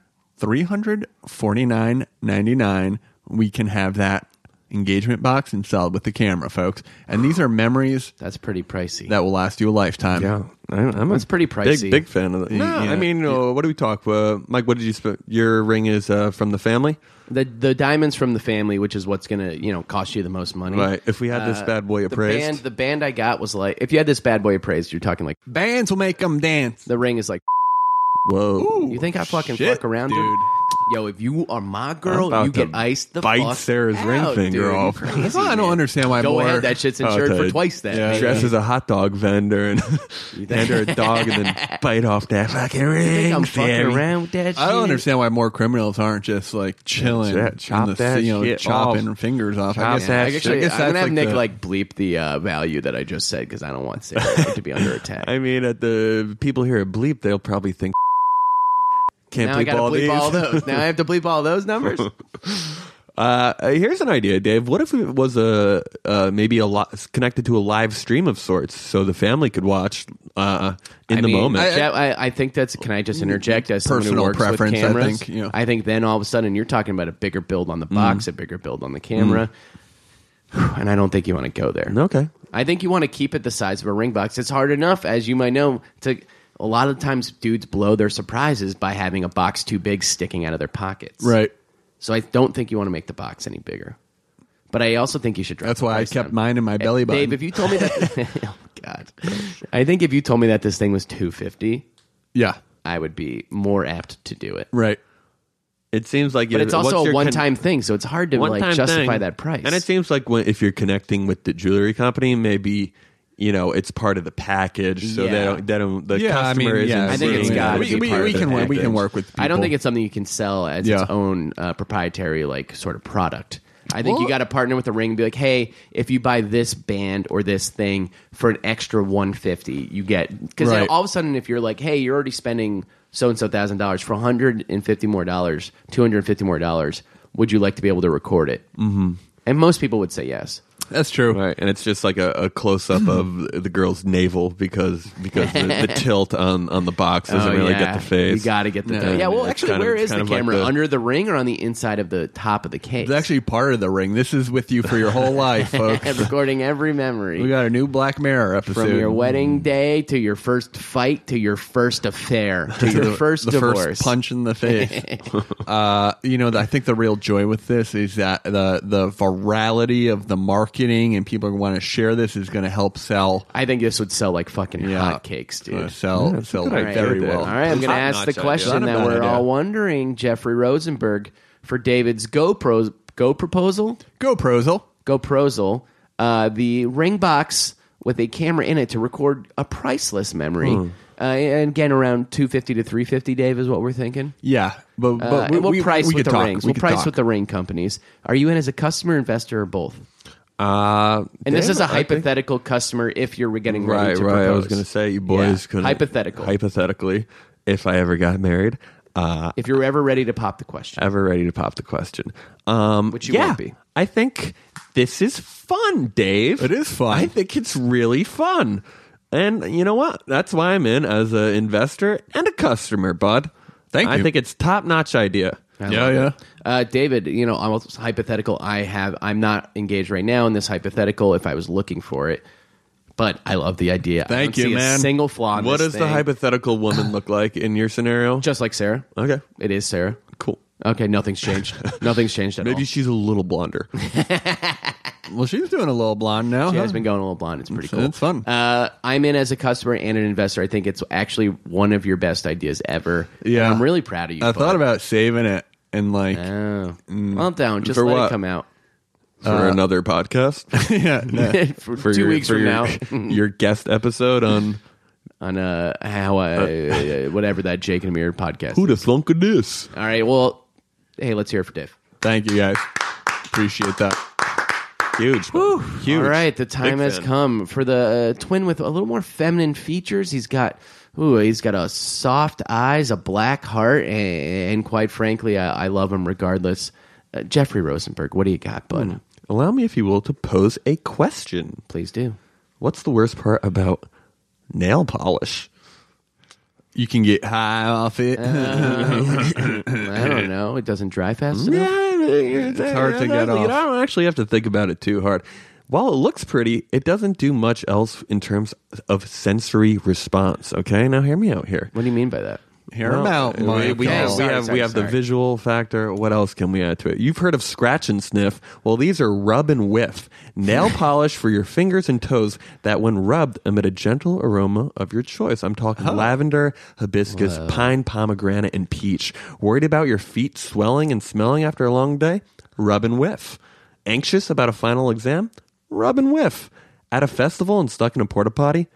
Speaker 6: 349.99 we can have that engagement box installed with the camera folks and these are memories
Speaker 3: That's pretty pricey.
Speaker 6: that will last you a lifetime
Speaker 4: I, I'm
Speaker 3: That's pretty pricey.
Speaker 4: Big, big fan of that. No,
Speaker 6: yeah.
Speaker 4: I mean, uh, what do we talk? Uh, Mike, what did you? Sp- your ring is uh, from the family,
Speaker 3: the the diamonds from the family, which is what's gonna you know cost you the most money.
Speaker 4: right? If we had this
Speaker 3: Uh,
Speaker 4: bad
Speaker 3: the
Speaker 4: boy
Speaker 3: band,
Speaker 4: appraised,
Speaker 3: the band I got was like, if you had this bad boy appraised, you're talking like
Speaker 6: bands will make them dance
Speaker 3: the ring is like.
Speaker 4: whoa,
Speaker 3: You think I fucking
Speaker 6: Shit,
Speaker 3: fuck around, dude?
Speaker 6: dude.
Speaker 3: Yo, if you are my
Speaker 4: I'm
Speaker 3: girl,
Speaker 4: about
Speaker 3: you
Speaker 4: to
Speaker 3: get iced the
Speaker 4: bite
Speaker 3: fuck
Speaker 4: Sarah's
Speaker 3: out,
Speaker 4: ring
Speaker 3: dude.
Speaker 4: finger
Speaker 3: You
Speaker 4: off.
Speaker 3: crazy,
Speaker 6: That's why I don't
Speaker 3: man.
Speaker 6: understand why
Speaker 3: Go
Speaker 6: more-
Speaker 3: ahead, that shit's insured
Speaker 4: I'll tell
Speaker 3: for
Speaker 4: you.
Speaker 3: twice that.
Speaker 6: Yeah,
Speaker 3: baby.
Speaker 4: dress as a hot dog vendor and hand her a dog and then bite off that fucking ring.
Speaker 3: You think I'm fucking
Speaker 4: Sarah.
Speaker 3: around with that.
Speaker 6: I don't
Speaker 3: shit?
Speaker 6: understand why more criminals aren't just like chilling,
Speaker 4: That's it. Chop
Speaker 6: in the,
Speaker 4: that
Speaker 6: you know,
Speaker 4: shit
Speaker 6: chopping
Speaker 4: off.
Speaker 6: fingers off.
Speaker 4: Chop
Speaker 6: I guess,
Speaker 4: that
Speaker 6: I
Speaker 3: I
Speaker 6: guess-
Speaker 4: shit.
Speaker 6: I
Speaker 3: Actually,
Speaker 6: guess
Speaker 3: I'm
Speaker 6: that's
Speaker 3: gonna have
Speaker 6: like
Speaker 3: Nick
Speaker 6: the-
Speaker 3: like bleep the uh, value that I just said because I don't want Sarah to be under attack.
Speaker 4: I mean, at the people here at Bleep, they'll probably think. Can't
Speaker 3: now I gotta
Speaker 4: all
Speaker 3: bleep
Speaker 4: these.
Speaker 3: all those. Now I have to bleep all those numbers.
Speaker 4: Uh, here's an idea, Dave. What if it was a uh, maybe a lot connected to a live stream of sorts, so the family could watch uh, in
Speaker 3: I
Speaker 4: the
Speaker 3: mean,
Speaker 4: moment?
Speaker 3: yeah, I, I think that's. Can I just interject as someone who
Speaker 6: Mm-hmm. Personal
Speaker 3: works with
Speaker 6: preference, I
Speaker 3: cameras?
Speaker 6: think, yeah. Mm-hmm.
Speaker 3: I think then all of a sudden you're talking about a bigger build on the box, a bigger build on the camera,
Speaker 6: Mm.
Speaker 3: and I don't think you want to go there.
Speaker 4: okay.
Speaker 3: I think you want to keep it the size of a ring box. It's hard enough, as you might know, to a lot of times dudes blow their surprises by having a box too big sticking out of their pockets.
Speaker 6: right.
Speaker 3: So I don't think you want to make the box any bigger. But I also think you should. Drop
Speaker 6: That's
Speaker 3: the
Speaker 6: why I
Speaker 3: price
Speaker 6: kept
Speaker 3: down.
Speaker 6: mine in my
Speaker 3: Eh,
Speaker 6: belly button.
Speaker 3: Dave, if you told me that, oh God, I think if you told me that this thing was two fifty,
Speaker 6: Yeah,
Speaker 3: I would be more apt to do it.
Speaker 6: right.
Speaker 4: It seems like
Speaker 3: But it's also a
Speaker 4: time.
Speaker 3: one-time thing, so it's hard to like
Speaker 4: One-time
Speaker 3: justify
Speaker 4: thing.
Speaker 3: that price.
Speaker 4: And it seems like when, if you're connecting with the jewelry company, maybe you know it's part of the package, so they
Speaker 3: Yeah.
Speaker 4: don't, they don't the
Speaker 6: Yeah, I
Speaker 4: customer
Speaker 6: mean,
Speaker 4: isn't.
Speaker 6: yeah,
Speaker 3: I think it's
Speaker 4: seeing
Speaker 3: gotta
Speaker 4: it.
Speaker 3: be
Speaker 6: we, we,
Speaker 3: part
Speaker 6: we
Speaker 3: of the
Speaker 6: can work, we can
Speaker 4: package.
Speaker 6: work with. People.
Speaker 3: I don't think it's something you can sell as
Speaker 6: Yeah.
Speaker 3: its own uh, proprietary like sort of product. I think you
Speaker 6: Well-
Speaker 3: got to partner with the ring and be like, "Hey, if you buy this band or this thing for an extra 150, you get because
Speaker 6: Right.
Speaker 3: all of a sudden if you're like, "Hey, you're already spending so and so thousand dollars for 150 more dollars, 250 more dollars, would you like to be able to record it?" Mm-hmm. And most people would say yes.
Speaker 6: that's true.
Speaker 4: Right, and it's just like a, a close up of the girl's navel because because the, the tilt on, on the box doesn't
Speaker 3: Oh,
Speaker 4: really
Speaker 3: yeah.
Speaker 4: get the face.
Speaker 3: You got to get the
Speaker 4: Yeah.
Speaker 3: yeah. Well,
Speaker 4: It's
Speaker 3: actually,
Speaker 4: kind of-
Speaker 3: where
Speaker 4: it's
Speaker 3: is
Speaker 4: kind
Speaker 3: the
Speaker 4: of like
Speaker 3: camera?
Speaker 4: the-
Speaker 3: Under the ring or on the inside of the top of the case?
Speaker 6: It's actually part of the ring. This is with you for your whole life, folks.
Speaker 3: recording every memory.
Speaker 6: we got Mm. a new Black Mirror episode
Speaker 3: From your wedding day to your first fight to your first affair to your first
Speaker 6: the
Speaker 3: divorce.
Speaker 6: first punch in the face. uh, you know, I think the real joy with this is that the the virality of the market marketing and people are going to want to share this is going to help sell.
Speaker 3: I think this would sell like fucking
Speaker 6: Yeah.
Speaker 3: hotcakes,
Speaker 6: It's gonna
Speaker 3: dude.
Speaker 6: sell sell
Speaker 3: All
Speaker 6: like,
Speaker 3: right.
Speaker 6: very well.
Speaker 3: All right, I'm going to ask
Speaker 4: Top-notch
Speaker 3: the
Speaker 4: idea.
Speaker 3: question
Speaker 6: Not a
Speaker 3: that
Speaker 6: bad
Speaker 3: we're
Speaker 6: idea.
Speaker 3: all wondering, Jeffrey Rosenberg, for David's GoPro Go proposal,
Speaker 6: Go Prozel.
Speaker 3: GoProsal, uh, the ring box with a camera in it to record a priceless memory.
Speaker 6: Hmm.
Speaker 3: Uh, and again, around two fifty to three fifty, Dave is what we're thinking.
Speaker 6: Yeah, but, but
Speaker 3: Uh,
Speaker 6: we,
Speaker 3: and we'll
Speaker 6: we,
Speaker 3: price
Speaker 6: we
Speaker 3: with
Speaker 6: could
Speaker 3: the
Speaker 6: talk.
Speaker 3: rings.
Speaker 6: We
Speaker 3: We will
Speaker 6: could
Speaker 3: price
Speaker 6: talk.
Speaker 3: with the ring companies. Are you in as a customer, investor, or both?
Speaker 4: Uh,
Speaker 3: And this
Speaker 4: damn
Speaker 3: is a
Speaker 4: it, I think-
Speaker 3: hypothetical customer if you're getting ready
Speaker 4: Right,
Speaker 3: to
Speaker 4: right. I
Speaker 3: propose.
Speaker 4: was going to say you boys
Speaker 3: Yeah.
Speaker 4: couldn't
Speaker 3: Hypothetical.
Speaker 4: Hypothetically, if I ever got married, uh,
Speaker 3: if you're ever ready to pop the question,
Speaker 4: ever ready to pop the question. Um,
Speaker 3: Which you
Speaker 4: yeah,
Speaker 3: won't be.
Speaker 4: I think this is fun, Dave.
Speaker 6: It is fun.
Speaker 4: I think it's really fun. And you know what? That's why I'm in as an investor and a customer, bud.
Speaker 6: Thank
Speaker 4: I
Speaker 6: you.
Speaker 4: think it's top notch idea.
Speaker 6: Yeah, yeah.
Speaker 3: uh, David, you know, I'm also hypothetical. I have, I'm not engaged right now in this hypothetical. If I was looking for it, but I love the idea. I
Speaker 6: Thank
Speaker 3: don't
Speaker 6: you,
Speaker 3: see
Speaker 6: man.
Speaker 3: A single flaw. in
Speaker 4: What
Speaker 3: this
Speaker 4: does the
Speaker 3: thing.
Speaker 4: hypothetical woman look like in your scenario?
Speaker 3: Just like Sarah.
Speaker 4: okay,
Speaker 3: It is Sarah.
Speaker 4: cool.
Speaker 3: Okay, nothing's changed. nothing's changed at all.
Speaker 4: Maybe she's a little blonder.
Speaker 6: Well, she's doing a little blonde now.
Speaker 3: She
Speaker 6: huh?
Speaker 3: has been going a little blonde. It's pretty
Speaker 6: It's-
Speaker 3: cool.
Speaker 6: it's fun.
Speaker 3: Uh, I'm in as a customer and an investor. I think it's actually one of your best ideas ever.
Speaker 6: Yeah.
Speaker 3: And I'm really proud of you.
Speaker 6: I thought
Speaker 3: bud.
Speaker 6: about saving it and like
Speaker 3: Oh. Calm down. Just
Speaker 4: For
Speaker 3: let it
Speaker 4: what?
Speaker 3: come out.
Speaker 4: for another podcast
Speaker 6: uh, yeah, no.
Speaker 3: for,
Speaker 4: for
Speaker 3: two
Speaker 4: your-
Speaker 3: weeks
Speaker 4: for
Speaker 3: from now
Speaker 4: your, your guest episode on
Speaker 3: on uh, how I, uh, whatever that Jake and Amir podcast.
Speaker 4: who the thunk of this
Speaker 3: All right. Well, hey, let's hear it for Dave.
Speaker 6: Thank you guys. Appreciate that.
Speaker 4: huge Woo. huge
Speaker 3: All right, the time
Speaker 4: Big
Speaker 3: has
Speaker 4: fan.
Speaker 3: come for the uh, twin with a little more feminine features. He's got, ooh, he's got a soft eyes, a black heart, and, and quite frankly, I, I love him regardless. Uh, Jeffrey Rosenberg, what do you got, bud?
Speaker 4: allow me if you will to pose a question
Speaker 3: Please do.
Speaker 4: what's the worst part about nail polish
Speaker 6: You can get high off it.
Speaker 3: Uh, I don't know. It doesn't dry fast enough.
Speaker 4: it's uh,
Speaker 6: hard to get
Speaker 4: you
Speaker 6: off.
Speaker 4: don't actually have to think about it too hard while it looks pretty it doesn't do much else in terms of sensory response okay now hear me out here
Speaker 3: What do you mean by that?
Speaker 6: Hear 'em out,
Speaker 4: we-
Speaker 6: Michael.
Speaker 4: We have,
Speaker 3: Sorry,
Speaker 4: we have,
Speaker 3: sorry,
Speaker 4: we have the
Speaker 3: sorry.
Speaker 4: visual factor. What else can we add to it? You've heard of scratch and sniff. Well, these are rub and whiff. Nail polish for your fingers and toes that, when rubbed, emit a gentle aroma of your choice. I'm talking lavender, hibiscus, pine, pomegranate, and peach. Worried about your feet swelling and smelling after a long day? Rub and whiff. Anxious about a final exam? Rub and whiff. At a festival and stuck in a porta potty?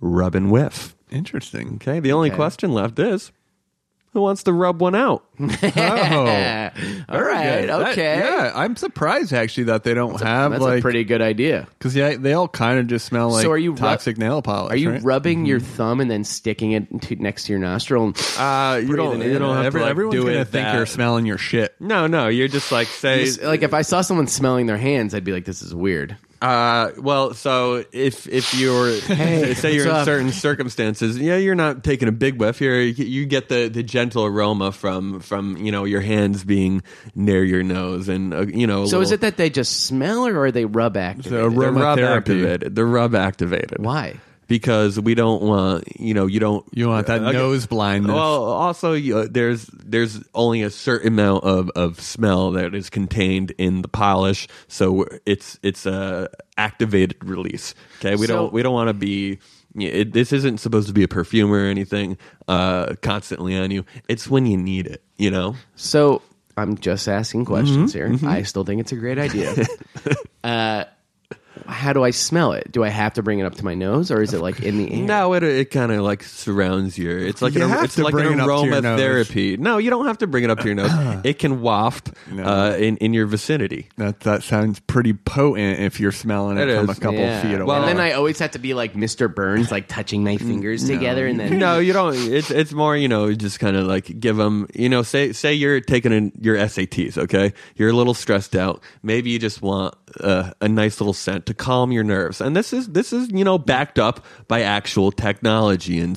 Speaker 4: Rub and whiff.
Speaker 6: Interesting.
Speaker 4: Okay, the only question left is who wants to rub one out?
Speaker 6: Oh,
Speaker 3: All right.
Speaker 6: That-
Speaker 3: okay.
Speaker 6: yeah, I'm surprised actually that they don't have
Speaker 3: That's
Speaker 6: like
Speaker 3: a pretty good idea.
Speaker 6: because yeah, they all kind of just smell like
Speaker 3: So are you rub-
Speaker 6: toxic nail polish.
Speaker 3: Are you
Speaker 6: right?
Speaker 3: rubbing your thumb and then sticking it to, next to your nostril? And,
Speaker 4: Uh, you
Speaker 3: don't- you don't
Speaker 6: Yeah,
Speaker 3: have
Speaker 6: every- everyone's gonna think you're smelling your shit.
Speaker 4: No, no, you're just like say
Speaker 3: Just- like if I saw someone smelling their hands, I'd be like, "This is weird."
Speaker 4: uh well, so if if you're say you're in
Speaker 3: what's up?
Speaker 4: certain circumstances, yeah, you're not taking a big whiff. You're you get the the gentle aroma from from, you know, your hands being near your nose and uh, you know, a
Speaker 3: So is
Speaker 4: little-
Speaker 3: it that they just smell or are they rub activated?
Speaker 6: So
Speaker 4: they're rub
Speaker 6: aromatherapy.
Speaker 4: activated. They're rub activated.
Speaker 3: Why?
Speaker 4: Because we don't want, you know, you don't
Speaker 6: You want that
Speaker 4: Okay.
Speaker 6: nose blindness?
Speaker 4: Well, also you, uh, there's there's only a certain amount of, of smell that is contained in the polish, so it's it's a activated release. Okay, we
Speaker 3: So-
Speaker 4: don't we don't want to be. It, this isn't supposed to be a perfume or anything uh, constantly on you. It's when you need it, you know.
Speaker 3: So I'm just asking questions
Speaker 4: Mm-hmm,
Speaker 3: here. I still think it's a great idea. uh, how do I smell it? Do I have to bring it up to my nose or is it like in the air?
Speaker 4: No, it it kind of like surrounds your. It's like
Speaker 6: You
Speaker 4: an,
Speaker 6: have
Speaker 4: it's
Speaker 6: to
Speaker 4: like an
Speaker 6: bring it up to your nose.
Speaker 4: aromatherapy. No, you don't have to bring it up to your nose. It can waft uh, in in your vicinity.
Speaker 6: that that sounds pretty potent if you're smelling it,
Speaker 4: It
Speaker 6: from
Speaker 4: is.
Speaker 6: a couple
Speaker 3: Yeah.
Speaker 6: feet away.
Speaker 4: Well,
Speaker 3: and then I always have to be like Mr. Burns, like touching my fingers together and then
Speaker 4: No, you don't. It's it's more you know just kind of like give them you know say say you're taking in your SATs. Okay, you're a little stressed out. Maybe you just want uh, a nice little scent to calm your nerves. And this is this is you know backed up by actual technology and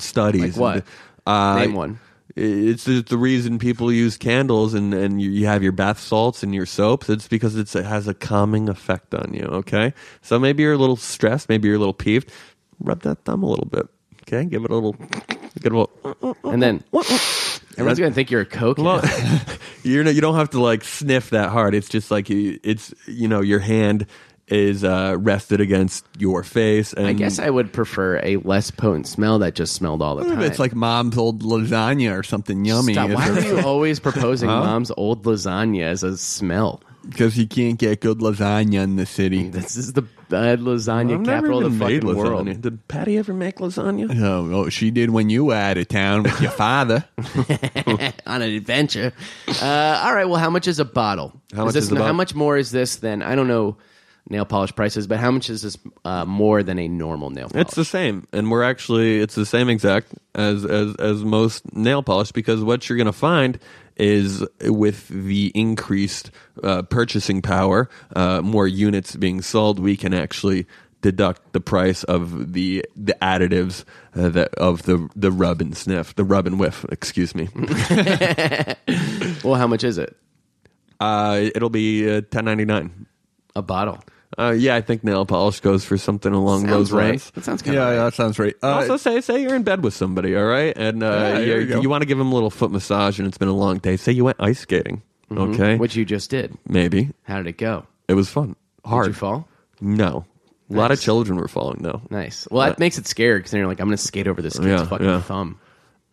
Speaker 3: Like
Speaker 4: studies.
Speaker 3: what?
Speaker 4: And, uh,
Speaker 3: Name one.
Speaker 4: It's, it's the reason people use candles and, and you, you have your bath salts and your soaps. It's because it's, it has a calming effect on you. Okay, so maybe you're a little stressed, maybe you're a little peeved. Rub that thumb a little bit. Okay, give it a little, give it a little.
Speaker 3: and then everyone's gonna think you're a coke.
Speaker 4: Well, you're not, you don't have to like sniff that hard. It's just like you, it's you know your hand. is uh, rested against your face. And
Speaker 3: I guess I would prefer a less potent smell that just smelled all the
Speaker 6: What
Speaker 3: time.
Speaker 6: if it's like mom's old lasagna or something yummy?
Speaker 3: Stop. Why are you always proposing mom's old lasagna as a smell?
Speaker 6: Because you can't get good lasagna in the city.
Speaker 3: This is the bad lasagna capital of the fucking world.
Speaker 4: Did Patty ever make lasagna?
Speaker 6: Oh, oh, she did when you were out of town with your father.
Speaker 3: on an adventure. Uh, all right. Well, how much is a bottle?
Speaker 4: How much
Speaker 3: this,
Speaker 4: is the
Speaker 3: How
Speaker 4: bottle?
Speaker 3: much more is this than I don't know nail polish prices, but how much is this uh, more than a normal nail polish?
Speaker 4: It's the same, and we're actually it's the same exact as as as most nail polish because what you're gonna find is with the increased uh, purchasing power, uh, more units being sold, we can actually deduct the price of the the additives uh, that of the the rub and sniff, the rub and whiff. Excuse me.
Speaker 3: well, how much is it?
Speaker 4: uh, it'll be uh, ten ninety nine.
Speaker 3: A bottle.
Speaker 4: Uh, yeah, I think nail polish goes for something along
Speaker 3: Sounds
Speaker 4: those
Speaker 3: right.
Speaker 4: lines.
Speaker 3: That sounds
Speaker 6: yeah,
Speaker 3: kind of right.
Speaker 6: that sounds right. Uh,
Speaker 4: also, say say you're in bed with somebody, all right, and uh,
Speaker 6: Yeah, there
Speaker 4: you're-
Speaker 6: you go.
Speaker 4: you want to give them a little foot massage, and it's been a long day. Say you went ice skating, okay?
Speaker 3: Mm-hmm. Which you just did.
Speaker 4: maybe
Speaker 3: How did it go?
Speaker 4: it was fun. Hard
Speaker 3: Did you fall?
Speaker 4: No, a lot of children were falling though.
Speaker 3: Nice. Well, that makes it scary because you're like, I'm going to skate over this kid's
Speaker 4: Uh, Yeah,
Speaker 3: fucking
Speaker 4: yeah.
Speaker 3: thumb.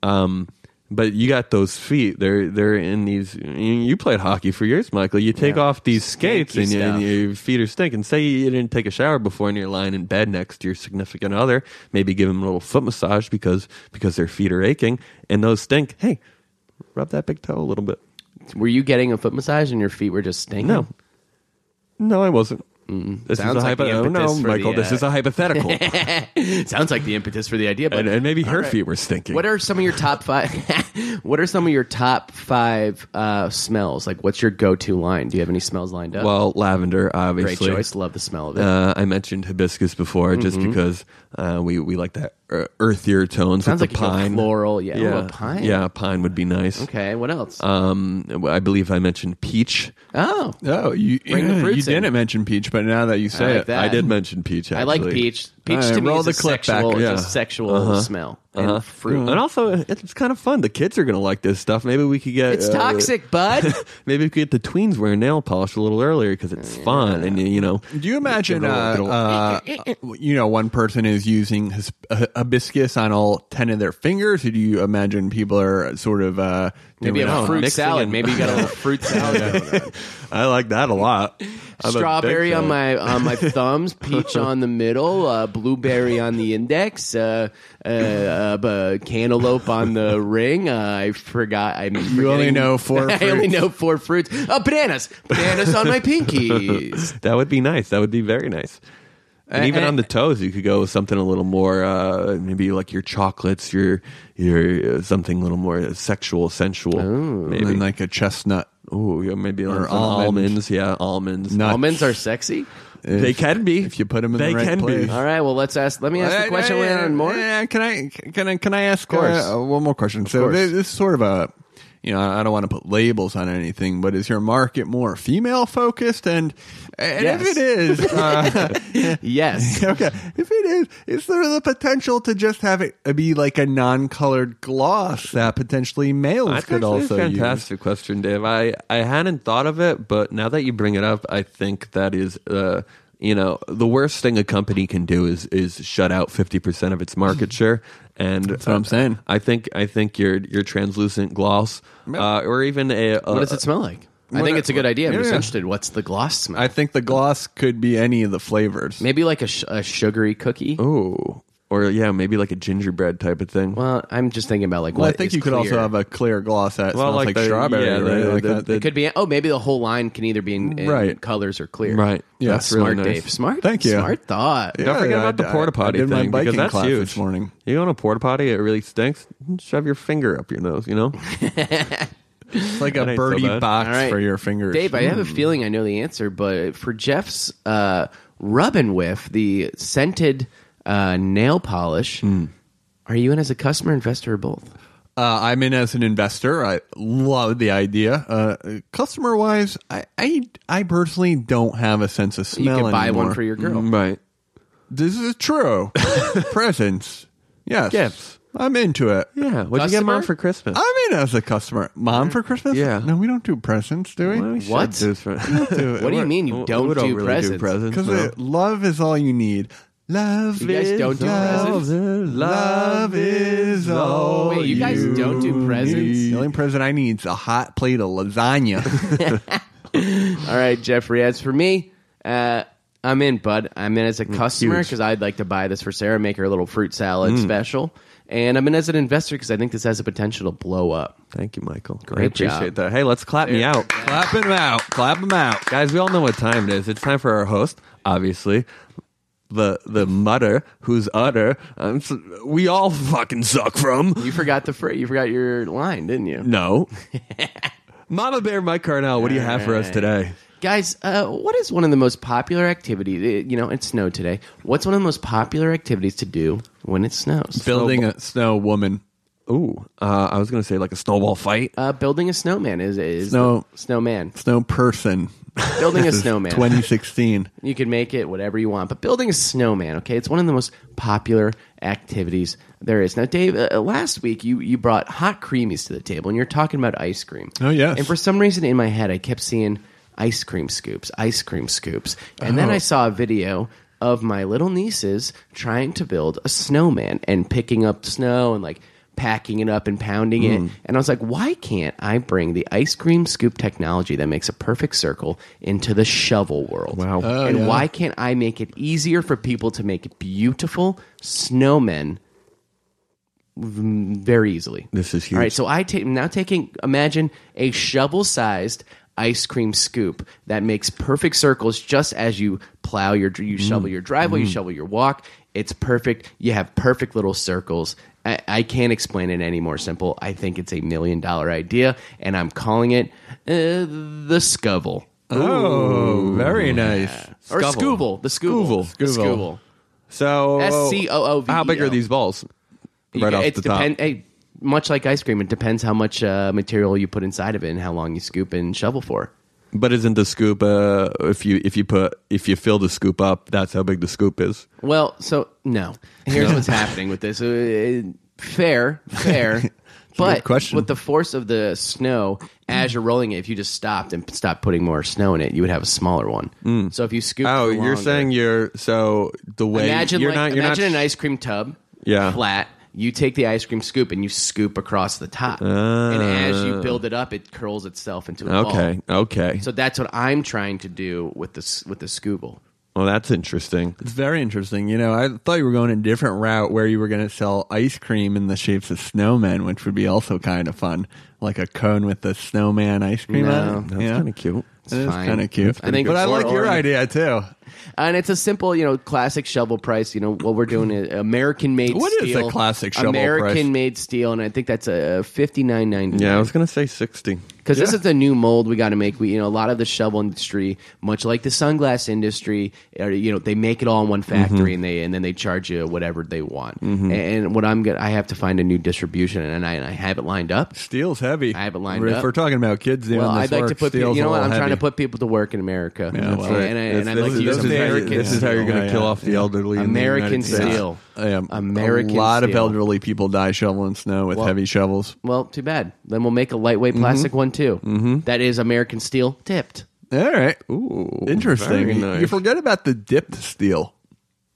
Speaker 4: Um, but you got those feet. They're they're in these. you- You played hockey for years, Michael. You take
Speaker 3: Yeah.
Speaker 4: off these skates,
Speaker 3: Stinky
Speaker 4: and, you, and
Speaker 3: stuff.
Speaker 4: your feet are stinking. Say you didn't take a shower before, and you're lying in bed next to your significant other. Maybe give them a little foot massage because because their feet are aching and those stink. Hey, rub that big toe a little bit.
Speaker 3: Were you getting a foot massage and your feet were just stinking?
Speaker 4: No, no, I wasn't. This
Speaker 3: Sounds
Speaker 4: is a
Speaker 3: like the
Speaker 4: hypo- oh, no,
Speaker 3: impetus for
Speaker 4: Michael.
Speaker 3: the,
Speaker 4: this
Speaker 3: uh,
Speaker 4: is a hypothetical,
Speaker 3: Sounds like the impetus for the idea, but
Speaker 4: and, and maybe her
Speaker 3: right.
Speaker 4: feet were stinking.
Speaker 3: What are some of your top five? what are some of your top five uh, smells? Like, what's your go-to line? Do you have any smells lined up?
Speaker 4: well, lavender,
Speaker 3: great
Speaker 4: obviously.
Speaker 3: choice. Mm-hmm. Love the smell of it.
Speaker 4: Uh, I mentioned hibiscus before, just because uh, we we like that ear- earthier tones.
Speaker 3: Sounds
Speaker 4: with
Speaker 3: like
Speaker 4: the
Speaker 3: you go
Speaker 4: pine,
Speaker 3: floral. Yeah, ooh, a pine.
Speaker 4: Yeah, pine would be nice.
Speaker 3: Okay. What else?
Speaker 4: Um, I believe I mentioned peach.
Speaker 3: oh,
Speaker 6: oh, you,
Speaker 3: Bring the
Speaker 6: yeah, you
Speaker 3: fruits in.
Speaker 6: didn't mention peach, but now that you say
Speaker 3: I like
Speaker 6: it,
Speaker 3: that.
Speaker 4: I did mention peach. Actually.
Speaker 3: I like peach. Peach
Speaker 6: All right,
Speaker 3: to me
Speaker 6: roll
Speaker 3: is
Speaker 6: the
Speaker 3: a
Speaker 6: clip back,
Speaker 3: sexual, it's
Speaker 4: yeah.
Speaker 3: a sexual smell and
Speaker 4: Uh-huh.
Speaker 3: fruit.
Speaker 4: And also, it's kind of fun. The kids are going to like this stuff. Maybe we could get
Speaker 3: It's
Speaker 4: uh,
Speaker 3: toxic, bud.
Speaker 4: Maybe we could get the tweens wearing nail polish a little earlier because it's fun and you know.
Speaker 6: Do you imagine,
Speaker 3: eh,
Speaker 6: uh, uh, you know, one person is using his, uh, hibiscus on all ten of their fingers? Or do you imagine people are sort of uh,
Speaker 3: Maybe
Speaker 6: doing
Speaker 3: a
Speaker 4: know,
Speaker 3: fruit
Speaker 4: mixing
Speaker 3: salad.
Speaker 4: and-
Speaker 3: Maybe you got a little fruit salad. going on.
Speaker 4: I like that a lot. I'm a
Speaker 3: Strawberry
Speaker 4: big
Speaker 3: on
Speaker 4: fan.
Speaker 3: my on my thumbs, peach on the middle, uh, blueberry on the index, uh, uh, uh, b- cantaloupe on the ring. Uh, I forgot. I'm
Speaker 6: You only
Speaker 3: forgetting-
Speaker 6: know four
Speaker 3: I only
Speaker 6: fruits.
Speaker 3: know four fruits. Uh, bananas, bananas on my pinkies.
Speaker 4: That would be nice. That would be very nice. And
Speaker 3: Uh,
Speaker 4: even
Speaker 3: uh,
Speaker 4: on the toes, you could go with something a little more, uh, maybe like your chocolates, your your uh, something a little more sexual, sensual,
Speaker 6: and
Speaker 4: maybe.
Speaker 6: then like a chestnut?
Speaker 4: Ooh, yeah, maybe like
Speaker 6: Or
Speaker 4: some
Speaker 6: almond.
Speaker 4: almonds. Yeah, almonds.
Speaker 6: Nuts.
Speaker 3: Almonds are sexy.
Speaker 4: They can be
Speaker 6: if you put 'em in the
Speaker 4: They
Speaker 6: right
Speaker 4: can
Speaker 6: place.
Speaker 4: Be.
Speaker 3: All right. Well, let's ask. Let me ask the
Speaker 6: Uh,
Speaker 3: question.
Speaker 6: uh,
Speaker 3: Leonard, and more.
Speaker 6: uh, can I can I can I ask
Speaker 3: course.
Speaker 6: uh, one more question? so
Speaker 3: course.
Speaker 6: this, this is sort of a you know I don't want to put labels on anything, but is your market more female focused? And, and
Speaker 3: Yes.
Speaker 6: if it is, uh,
Speaker 3: Yes.
Speaker 6: okay, if it is, is there the potential to just have it be like a non-colored gloss that potentially males
Speaker 4: That's
Speaker 6: could
Speaker 4: actually
Speaker 6: also
Speaker 4: a fantastic question, Dave. I, I hadn't thought of it, but now that you bring it up, I think that is uh, you know the worst thing a company can do is is shut out fifty percent of its market share. And that's
Speaker 6: what I'm saying.
Speaker 4: I think I think your your translucent gloss, uh, or even a, a
Speaker 3: What does it smell like? I
Speaker 6: What-
Speaker 3: think it's a good idea. I'm
Speaker 6: Yeah,
Speaker 3: just
Speaker 6: yeah.
Speaker 3: interested. What's the gloss smell?
Speaker 6: I think the gloss could be any of the flavors.
Speaker 3: Maybe like a, sh- a sugary cookie.
Speaker 4: oh, or yeah, maybe like a gingerbread type of thing.
Speaker 3: Well, I'm just thinking about like
Speaker 6: Well, I
Speaker 3: what
Speaker 6: think
Speaker 3: is
Speaker 6: you could also
Speaker 3: clear.
Speaker 6: have a clear gloss that
Speaker 4: Well,
Speaker 6: smells
Speaker 4: like
Speaker 6: like,
Speaker 4: the-
Speaker 6: strawberry,
Speaker 4: yeah,
Speaker 6: right?
Speaker 4: the-
Speaker 6: Like
Speaker 4: the-
Speaker 6: that-
Speaker 4: the-
Speaker 3: It could be. Oh, maybe the whole line can either be in, in
Speaker 4: Right.
Speaker 3: colors or clear.
Speaker 4: Right.
Speaker 6: Yeah.
Speaker 3: That's
Speaker 4: That's really
Speaker 3: smart,
Speaker 4: nice.
Speaker 3: Dave. Smart.
Speaker 6: Thank you.
Speaker 3: Smart thought.
Speaker 4: Don't
Speaker 6: Yeah,
Speaker 4: forget
Speaker 6: I-
Speaker 4: about the
Speaker 6: I-
Speaker 4: porta
Speaker 6: I
Speaker 4: potty
Speaker 6: did my
Speaker 4: thing because
Speaker 6: biking
Speaker 4: that's
Speaker 6: class
Speaker 4: huge.
Speaker 6: this morning.
Speaker 4: You go on a porta potty, it really stinks. Shove your finger up your nose, you know.
Speaker 6: It's like
Speaker 4: That
Speaker 6: a
Speaker 4: ain't so
Speaker 6: birdie
Speaker 4: bad.
Speaker 6: box
Speaker 3: All right.
Speaker 6: for your fingers.
Speaker 3: Dave, I have
Speaker 4: Hmm.
Speaker 3: a feeling I know the answer, but for Jeff's uh, rub and whiff, the scented uh, nail polish,
Speaker 4: Hmm.
Speaker 3: are you in as a customer, investor, or both?
Speaker 6: Uh, I'm in as an investor. I love the idea. Uh, customer wise, I, I I personally don't have a sense of
Speaker 3: You
Speaker 6: smell.
Speaker 3: can buy
Speaker 6: anymore.
Speaker 3: one for your girl.
Speaker 4: Right.
Speaker 6: This is true. Presents, yes,
Speaker 4: Gifts.
Speaker 6: I'm into it.
Speaker 4: Yeah. What'd you get
Speaker 3: Customer?
Speaker 4: mom for Christmas?
Speaker 6: I mean, as a customer, mom for Christmas.
Speaker 4: Yeah.
Speaker 6: No, we don't do presents, do
Speaker 4: Well, we
Speaker 6: we?
Speaker 4: should
Speaker 3: What?
Speaker 4: do this for-
Speaker 3: What do you mean you
Speaker 4: We
Speaker 3: don't do
Speaker 4: really
Speaker 3: presents?
Speaker 6: Because
Speaker 4: no.
Speaker 6: love is all you need. Love
Speaker 3: You guys
Speaker 6: is
Speaker 3: don't do
Speaker 6: all
Speaker 3: presents?
Speaker 6: Love is all.
Speaker 3: Wait, you guys don't do presents?
Speaker 6: need. The only present I need is a hot plate of lasagna.
Speaker 3: All right, Jeffrey. As for me, uh, I'm in, bud. I'm in as a customer
Speaker 4: Mm, huge. Mm.
Speaker 3: because I'd like to buy this for Sarah, make her a little fruit salad special, and I'm in as an investor because I think this has the potential to blow up.
Speaker 4: Thank you, Michael. I
Speaker 3: Great
Speaker 4: appreciate
Speaker 3: job.
Speaker 4: that. Hey, let's clap me out.
Speaker 6: Clap him out. Clap him out.
Speaker 4: Guys, we all know what time it is. It's time for our host, obviously. The the mutter who's utter. Um, s- we all fucking suck from.
Speaker 3: You forgot the fr- you forgot your line, didn't you?
Speaker 4: No. Mama Bear Mike Carnell, what do you have for us
Speaker 3: Alright.
Speaker 4: today?
Speaker 3: Guys, uh, what is one of the most popular activities? uh, You know, it snowed today. What's one of the most popular activities to do when it snows?
Speaker 6: Building a snow woman.
Speaker 4: Ooh, uh, I was going to say like a snowball fight.
Speaker 3: uh, building a snowman is is
Speaker 6: Snow-
Speaker 3: snowman.
Speaker 6: Snow person.
Speaker 3: Building a
Speaker 6: This is
Speaker 3: snowman.
Speaker 6: 2016.
Speaker 3: You can make it whatever you want, but building a snowman, okay, it's one of the most popular activities there is. Now, Dave, uh, last week you you brought hot creamies to the table, and you're talking about ice cream.
Speaker 6: Oh, yes.
Speaker 3: And for some reason in my head, I kept seeing ice cream scoops, ice cream scoops, and then
Speaker 6: Oh.
Speaker 3: I saw a video of my little nieces trying to build a snowman and picking up snow and like packing it up and pounding it and i was like why can't i bring the ice cream scoop technology that makes a perfect circle into the shovel world
Speaker 4: Wow. Oh,
Speaker 3: and
Speaker 6: yeah.
Speaker 3: why can't I make it easier for people to make beautiful snowmen v- very easily?
Speaker 4: This is huge.
Speaker 3: All right, so I take now taking imagine a shovel-sized ice cream scoop that makes perfect circles just as you plow your you
Speaker 4: Mm.
Speaker 3: shovel your driveway, you shovel your walk. It's perfect. You have perfect little circles. I, I can't explain it any more simple. I think it's a million dollar idea, and I'm calling it uh, the Scovel.
Speaker 6: Oh, very nice.
Speaker 3: Or
Speaker 4: Scovel.
Speaker 3: Scooble. The Scooble.
Speaker 4: Scooble.
Speaker 3: The
Speaker 4: Scooble. So
Speaker 3: S-C-O-O-V-E-O.
Speaker 4: How big are these balls? Right off
Speaker 3: it's
Speaker 4: the top.
Speaker 3: depend- hey, much like ice cream, it depends how much uh, material you put inside of it and how long you scoop and shovel for.
Speaker 4: But isn't the scoop uh, if you if you put if you fill the scoop up, that's how big the scoop is.
Speaker 3: Well, so no. Here's what's happening with this. Uh, fair, fair. But
Speaker 6: question.
Speaker 3: with the force of the snow, as you're rolling it, if you just stopped and stopped putting more snow in it, you would have a smaller one. So if you scoop,
Speaker 4: Oh,
Speaker 3: for
Speaker 4: you're
Speaker 3: longer-
Speaker 4: saying you're so the way
Speaker 3: imagine
Speaker 4: you're
Speaker 3: like,
Speaker 4: not you're
Speaker 3: imagine an
Speaker 4: not
Speaker 3: ice cream tub,
Speaker 4: Yeah.
Speaker 3: flat. You take the ice cream scoop and you scoop across the
Speaker 4: Uh.
Speaker 3: top, and as you build it up, it curls itself into a ball.
Speaker 4: Okay, okay.
Speaker 3: So that's what I'm trying to do with this with the scooble.
Speaker 4: well, that's interesting.
Speaker 6: It's very interesting. You know, I thought you were going a different route where you were going to sell ice cream in the shapes of snowmen, which would be also kind of fun, like a cone with the snowman ice cream
Speaker 3: No,
Speaker 6: on. it.
Speaker 4: That's
Speaker 6: yeah.
Speaker 4: kind of cute.
Speaker 6: It is
Speaker 3: fine.
Speaker 6: kind of cute.
Speaker 3: I think-
Speaker 6: but I
Speaker 3: Or-
Speaker 6: like your
Speaker 3: or-
Speaker 6: idea too.
Speaker 3: And it's a simple, you know, classic shovel price. You know what we're doing is American made.
Speaker 6: What is
Speaker 3: steel,
Speaker 6: a classic shovel price?
Speaker 3: American made steel, and I think that's a fifty nine ninety.
Speaker 4: Yeah, I was gonna say sixty.
Speaker 3: because this
Speaker 6: Yeah.
Speaker 3: is the new mold we got to make. We, you know, a lot of the shovel industry, much like the sunglass industry, are, you know, they make it all in one
Speaker 4: Mm-hmm.
Speaker 3: factory and they and then they charge you whatever they want. And, and what I'm gonna, I have to find a new distribution, and I, and I have it lined up.
Speaker 6: Steel's heavy.
Speaker 3: I have it lined
Speaker 6: if
Speaker 3: up.
Speaker 6: we're talking about kids doing
Speaker 3: Well,
Speaker 6: this
Speaker 3: I'd like
Speaker 6: work,
Speaker 3: to put people,
Speaker 6: steel's
Speaker 3: you know
Speaker 6: a
Speaker 3: what
Speaker 6: little
Speaker 3: I'm trying to
Speaker 6: heavy.
Speaker 3: put people to work in America,
Speaker 6: Yeah,
Speaker 3: and,
Speaker 6: well,
Speaker 3: and, I,
Speaker 4: That's-
Speaker 3: and I'd
Speaker 4: this
Speaker 3: like
Speaker 4: is-
Speaker 3: to use
Speaker 4: this is how you-
Speaker 3: American.
Speaker 4: This is how you're gonna
Speaker 6: Yeah,
Speaker 4: kill
Speaker 6: yeah.
Speaker 4: off the elderly. in the
Speaker 3: American
Speaker 4: United States.
Speaker 3: steel.
Speaker 6: Yeah.
Speaker 3: American
Speaker 6: A lot of
Speaker 3: steel.
Speaker 6: elderly people die shoveling snow with heavy shovels.
Speaker 3: Well, too bad. Then we'll make a lightweight plastic one too. Mm-hmm. is American steel tipped.
Speaker 6: All right.
Speaker 4: Ooh, very
Speaker 6: Interesting.
Speaker 4: nice.
Speaker 6: You forget about the dipped steel.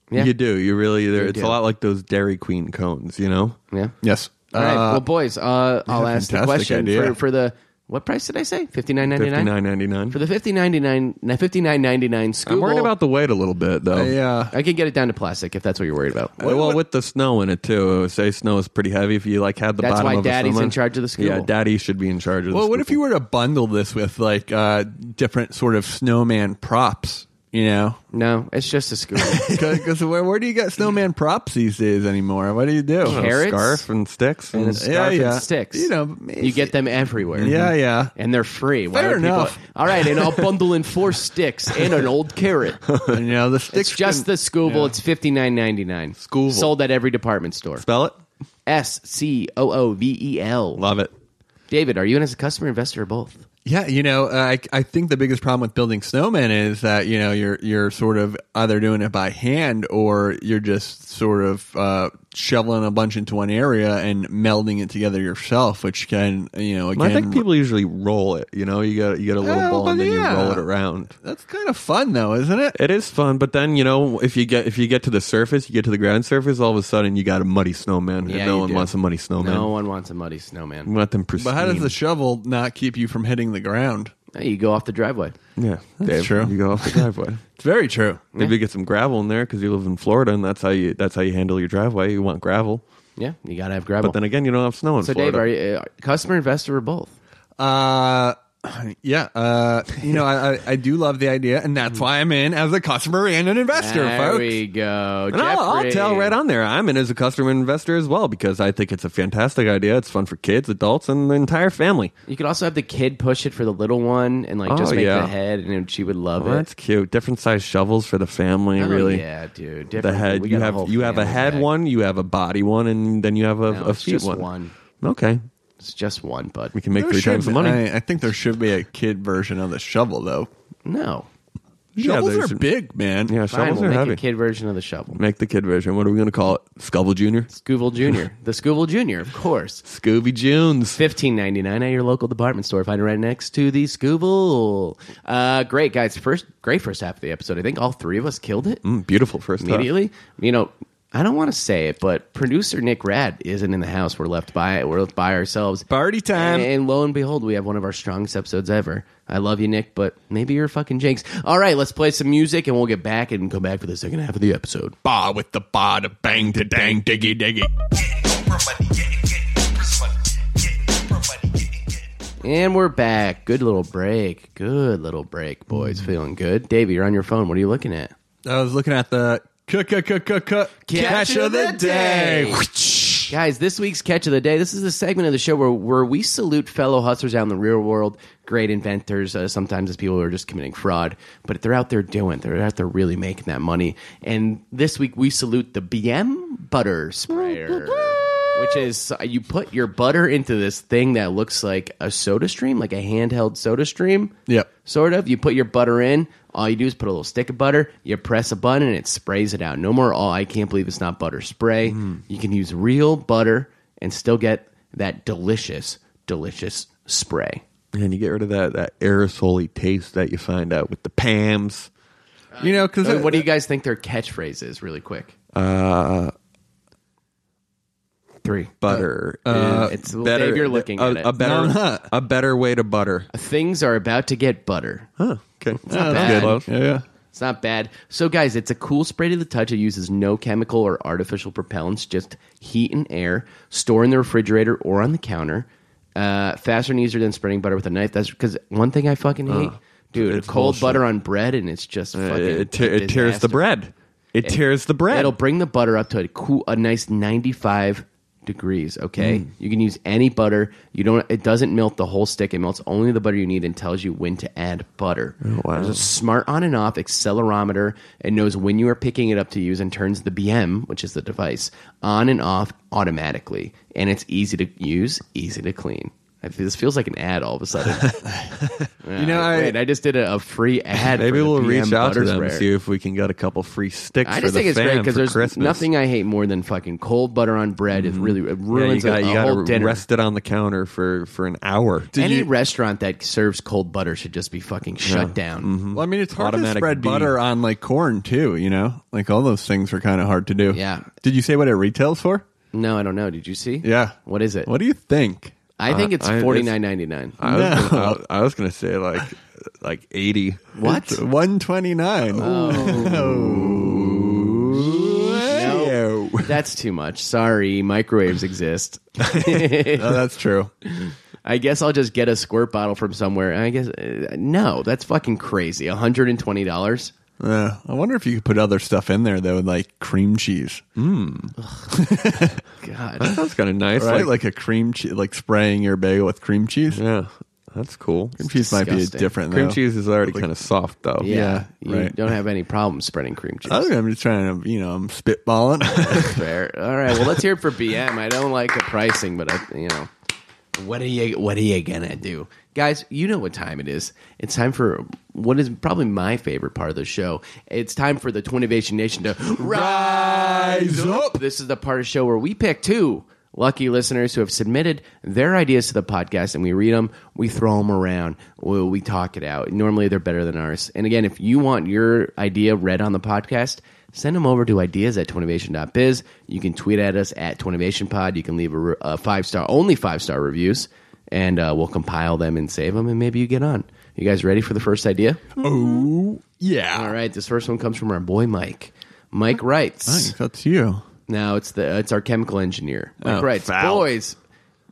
Speaker 3: Yeah.
Speaker 4: You do. You really. Either,
Speaker 3: You
Speaker 4: it's
Speaker 3: do.
Speaker 4: a lot like those Dairy Queen cones. You know.
Speaker 3: Yeah.
Speaker 6: Yes.
Speaker 3: All right.
Speaker 6: Uh,
Speaker 3: well, boys, uh, I'll ask the
Speaker 6: fantastic
Speaker 3: question
Speaker 6: idea.
Speaker 3: for, for the what price did I say? Fifty nine ninety
Speaker 4: Fifty
Speaker 3: nine
Speaker 4: nine ninety nine.
Speaker 3: for the fifty ninety nine fifty nine ninety nine.
Speaker 4: I'm worried about the weight a little bit though.
Speaker 6: yeah.
Speaker 3: I can get it down to plastic if that's what you're worried about.
Speaker 4: Well, well, with the snow in it too, I would say snow is pretty heavy. If you like had the
Speaker 3: That's
Speaker 4: bottom
Speaker 3: why
Speaker 4: of a
Speaker 3: daddy's
Speaker 4: snowman.
Speaker 3: in charge of the school.
Speaker 4: Yeah, daddy should be in charge of.
Speaker 6: Well,
Speaker 4: the
Speaker 6: what if you were to bundle this with like uh, different sort of snowman props? You know,
Speaker 3: No, it's just a scoop.
Speaker 6: because where, where do you get snowman props these days anymore? What do you do?
Speaker 4: scoop.
Speaker 3: Carrots?
Speaker 4: scarf and sticks? And
Speaker 3: scarf
Speaker 6: yeah,
Speaker 3: and
Speaker 6: yeah.
Speaker 3: sticks.
Speaker 6: You know,
Speaker 3: you get them everywhere. Mm-hmm.
Speaker 6: Yeah, yeah.
Speaker 3: And they're free. Why
Speaker 6: Fair
Speaker 3: would people-
Speaker 6: enough.
Speaker 3: All right, and I'll bundle in four sticks and an old carrot.
Speaker 6: You know, the sticks.
Speaker 3: It's just the
Speaker 6: can-
Speaker 3: Scooble. It's fifty nine ninety nine.
Speaker 4: Scooble.
Speaker 3: sold at every department store.
Speaker 4: spell it.
Speaker 3: S C O O V E L.
Speaker 4: Love it.
Speaker 3: David, are you in as a customer, investor, or both?
Speaker 6: Yeah, you know, uh, I I think the biggest problem with building snowmen is that you know you're you're sort of either doing it by hand or you're just sort of uh, shoveling a bunch into one area and melding it together yourself, which can you know again.
Speaker 4: I think people usually roll it. You know, you got you get a little
Speaker 6: Oh,
Speaker 4: ball and
Speaker 6: but
Speaker 4: then
Speaker 6: yeah.
Speaker 4: you roll it around.
Speaker 6: that's kind of fun though, isn't it?
Speaker 4: It is fun, but then you know if you get if you get to the surface, you get to the ground surface. All of a sudden, you got a muddy snowman. and
Speaker 3: Yeah,
Speaker 4: no
Speaker 3: you
Speaker 4: one
Speaker 3: do.
Speaker 4: wants a muddy snowman.
Speaker 3: No one wants a muddy snowman.
Speaker 4: We want them pristine.
Speaker 6: But how does the shovel not keep you from hitting the ground?
Speaker 3: Hey, you go off the driveway.
Speaker 4: yeah? Dave,
Speaker 6: true.
Speaker 4: You go off the driveway.
Speaker 6: It's very true.
Speaker 4: Maybe get some gravel in there because you live in Florida, and that's how you that's how you handle your driveway. You want gravel,
Speaker 3: Yeah, you gotta have gravel.
Speaker 4: but then again, you don't have snow in
Speaker 3: so
Speaker 4: Florida.
Speaker 3: Dave, are you uh, customer investor or both?
Speaker 6: Uh, yeah. Uh, you know, I, I, I do love the idea, and that's why I'm in as a customer and an investor,
Speaker 3: there
Speaker 6: folks.
Speaker 3: we go.
Speaker 4: and I'll, I'll
Speaker 3: Jeffrey.
Speaker 4: tell right on there. I'm in as a customer and investor as well because I think it's a fantastic idea. It's fun for kids, adults, and the entire family.
Speaker 3: You could also have the kid push it for the little one and like
Speaker 4: Oh,
Speaker 3: just make
Speaker 4: yeah.
Speaker 3: the head, and she would love
Speaker 4: Well,
Speaker 3: it.
Speaker 4: that's cute. Different size shovels for the family.
Speaker 3: Oh,
Speaker 4: really,
Speaker 3: yeah, dude.
Speaker 4: the
Speaker 3: Different-
Speaker 4: head.
Speaker 3: we
Speaker 4: You
Speaker 3: got a
Speaker 4: have
Speaker 3: whole
Speaker 4: you have a
Speaker 3: family
Speaker 4: head
Speaker 3: back.
Speaker 4: one, you have a body one, and then you have a,
Speaker 3: No,
Speaker 4: a
Speaker 3: it's
Speaker 4: feet
Speaker 3: just
Speaker 4: one.
Speaker 3: one.
Speaker 4: Okay,
Speaker 3: It's just one, bud.
Speaker 4: we can make
Speaker 6: There
Speaker 4: three
Speaker 6: should
Speaker 4: times the
Speaker 6: be-
Speaker 4: money.
Speaker 6: I, I think there should be a kid version of the shovel, though.
Speaker 3: No,
Speaker 4: Yeah,
Speaker 6: Shovels
Speaker 4: there's-
Speaker 6: are big, man.
Speaker 4: yeah,
Speaker 3: fine.
Speaker 4: shovels
Speaker 3: We'll
Speaker 4: are
Speaker 3: make
Speaker 4: heavy.
Speaker 3: a kid version of the shovel.
Speaker 4: Make the kid version. What are we going to call it? Scovel Junior,
Speaker 3: Scooble Junior, the Scooble Junior, of course.
Speaker 4: Scooby Junes.
Speaker 3: Fifteen ninety nine at your local department store. Find it right next to the Scooble. Uh, great guys. First, great first half of the episode. I think all three of us killed it
Speaker 4: Mm, beautiful first half.
Speaker 3: immediately. You know, I don't want to say it, but producer Nick Rad isn't in the house. We're left by we're left by ourselves.
Speaker 6: Party time.
Speaker 3: And, and lo and behold, we have one of our strongest episodes ever. I love you, Nick, but maybe you're fucking jinx. All right, let's play some music, and we'll get back and come back for the second half of the episode.
Speaker 6: Ba with the ba, da bang, da dang, diggy, diggy.
Speaker 2: Getting Oprah money, getting, getting Oprah's money, getting Oprah money, getting, getting.
Speaker 3: And we're back. Good little break. Good little break, boys. Feeling good. Davey, you're on your phone. What are you looking at?
Speaker 6: I was looking at the c- c- c- c- c- catch of the day.
Speaker 3: Guys, this week's catch of the day. This is the segment of the show where, where we salute fellow hustlers out in the real world, great inventors. Uh, sometimes it's people who are just committing fraud, but they're out there doing. They're out there really making that money. And this week we salute the BM butter sprayer, which is uh, you put your butter into this thing that looks like a Soda Stream, like a handheld Soda Stream.
Speaker 6: Yep.
Speaker 3: Sort of. You put your butter in. All you do is put a little stick of butter. You press a button and it sprays it out. No more. All I can't believe it's not butter spray. You can use real butter and still get that delicious, delicious spray.
Speaker 4: And you get rid of that that aerosol taste that you find out with the Pams.
Speaker 6: You know, because
Speaker 3: Uh, what do you guys think their catchphrase is? Really quick. Uh, three.
Speaker 4: Butter. is
Speaker 3: Uh, it's- well, Dave, you're looking
Speaker 4: a,
Speaker 3: at it.
Speaker 4: a better
Speaker 6: No, I'm not.
Speaker 4: a better way to butter.
Speaker 3: Things are about to get butter.
Speaker 4: Huh. Okay.
Speaker 3: bad.
Speaker 4: Close.
Speaker 6: Yeah, yeah.
Speaker 3: It's not bad. So, guys, it's a cool spray to the touch. It uses no chemical or artificial propellants, just heat and air. Store in the refrigerator or on the counter. Uh, faster and easier than spreading butter with a knife. That's because one thing I fucking hate, dude,
Speaker 4: Uh, it's
Speaker 3: cold
Speaker 4: bullshit. Uh,
Speaker 3: butter on bread, and it's just fucking.
Speaker 4: It, it te- it tears
Speaker 3: disaster.
Speaker 4: the bread. It, tears the bread.
Speaker 3: It'll bring the butter up to a cool, a nice ninety-five degrees. Okay,
Speaker 4: Mm.
Speaker 3: you can use any butter. You don't. It doesn't melt the whole stick. It melts only the butter you need and tells you when to add butter.
Speaker 4: Oh, wow.
Speaker 3: There's a smart on and off accelerometer. It knows when you are picking it up to use and turns the BM, which is the device, on and off automatically. And it's easy to use, easy to clean. I feel- This feels like an ad all of a sudden.
Speaker 6: You know, I,
Speaker 3: Wait, I just did a, a free ad.
Speaker 4: Maybe
Speaker 3: for the
Speaker 4: we'll
Speaker 3: BM
Speaker 4: reach out to
Speaker 3: butter
Speaker 4: them
Speaker 3: sprayer.
Speaker 4: and see if we can get a couple free sticks.
Speaker 3: I
Speaker 4: for
Speaker 3: just
Speaker 4: the
Speaker 3: think it's great
Speaker 4: fam
Speaker 3: because
Speaker 4: for
Speaker 3: there's
Speaker 4: Christmas. Mm-hmm.
Speaker 3: nothing I hate more than fucking cold butter on bread. It really it
Speaker 4: Yeah,
Speaker 3: ruins
Speaker 4: you got,
Speaker 3: a,
Speaker 4: you
Speaker 3: a
Speaker 4: gotta
Speaker 3: whole dinner.
Speaker 4: rest it on the counter for for an hour.
Speaker 3: Any restaurant that serves cold butter should just be fucking shut down.
Speaker 4: Mm-hmm.
Speaker 6: well, I mean, it's hard to
Speaker 4: Automatic
Speaker 6: spread
Speaker 4: B.
Speaker 6: butter on like corn too. You know, like all those things are kind of hard to do.
Speaker 3: Yeah.
Speaker 6: Did you say what it retails for?
Speaker 3: No, I don't know. Did you see?
Speaker 6: Yeah.
Speaker 3: What is it?
Speaker 6: What do you think?
Speaker 3: I think it's
Speaker 4: Uh, I- it's-
Speaker 3: forty nine ninety nine.
Speaker 4: I was,
Speaker 6: No.
Speaker 4: gonna, I, I was gonna say like like eighty.
Speaker 3: What?
Speaker 6: One Oh. twenty nine.
Speaker 4: Oh.
Speaker 3: No, that's too much. Sorry, microwaves exist.
Speaker 6: Oh, that's true.
Speaker 3: I guess I'll just get a squirt bottle from somewhere. I guess uh, no, that's fucking crazy. One hundred and twenty dollars.
Speaker 6: Uh, I wonder if you could put other stuff in there though, like cream cheese,
Speaker 4: Mm-hmm.
Speaker 3: God,
Speaker 4: That's kind of nice.
Speaker 6: right?
Speaker 4: Like,
Speaker 6: Like, a cream cheese, like spraying your bagel with cream cheese.
Speaker 4: yeah, that's cool.
Speaker 6: Cream cheese might be
Speaker 3: disgusting.
Speaker 6: different.
Speaker 4: Cream
Speaker 6: though.
Speaker 4: cheese is already kind of soft though.
Speaker 3: yeah, you
Speaker 6: right.
Speaker 3: don't have any problem spreading cream cheese.
Speaker 6: I think I'm just trying to, you know, I'm spitballing.
Speaker 3: Fair. All right. Well, let's hear it for BM. I don't like the pricing, but I, uh, you know, What are you What are you gonna do, guys? You know what time it is. It's time for what is probably my favorite part of the show. It's time for the Twinnovation Nation to rise up. This is the part of the show where we pick two lucky listeners who have submitted their ideas to the podcast, and we read them, we throw them around, we, we talk it out. Normally, they're better than ours. And again, if you want your idea read on the podcast send them over to ideas at twinnovation.biz. You can tweet at us at twinnovationpod. You can leave a, re- a five star, only five star reviews, and uh, we'll compile them and save them, and maybe you get on. You guys ready for the first idea?
Speaker 6: Yeah.
Speaker 3: All right, this first one comes from our boy Mike. Mike writes.
Speaker 6: Nice. That's you.
Speaker 3: No, it's the it's our chemical engineer. Mike
Speaker 6: Oh,
Speaker 3: writes,
Speaker 6: foul.
Speaker 3: boys,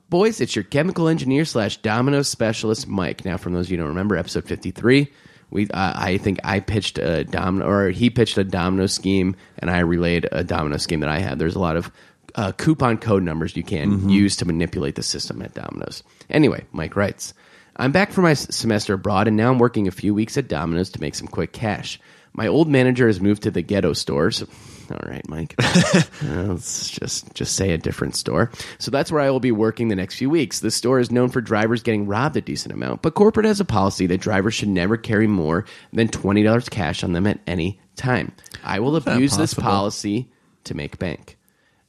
Speaker 3: boys, it's your chemical engineer slash domino specialist, Mike. Now, from those of you who don't remember, episode fifty three, we uh, I think I pitched a domino or he pitched a domino scheme, and I relayed a domino scheme that I had. There's a lot of uh, coupon code numbers you can
Speaker 6: Mm-hmm.
Speaker 3: use to manipulate the system at Domino's. Anyway, Mike writes. I'm back from my s- semester abroad, and now I'm working a few weeks at Domino's to make some quick cash. My old manager has moved to the ghetto stores. All right, Mike. Uh, Let's just just say a different store. So that's where I will be working the next few weeks. This store is known for drivers getting robbed a decent amount, but corporate has a policy that drivers should never carry more than twenty dollars cash on them at any time. I will abuse this
Speaker 6: possible?
Speaker 3: policy to make bank.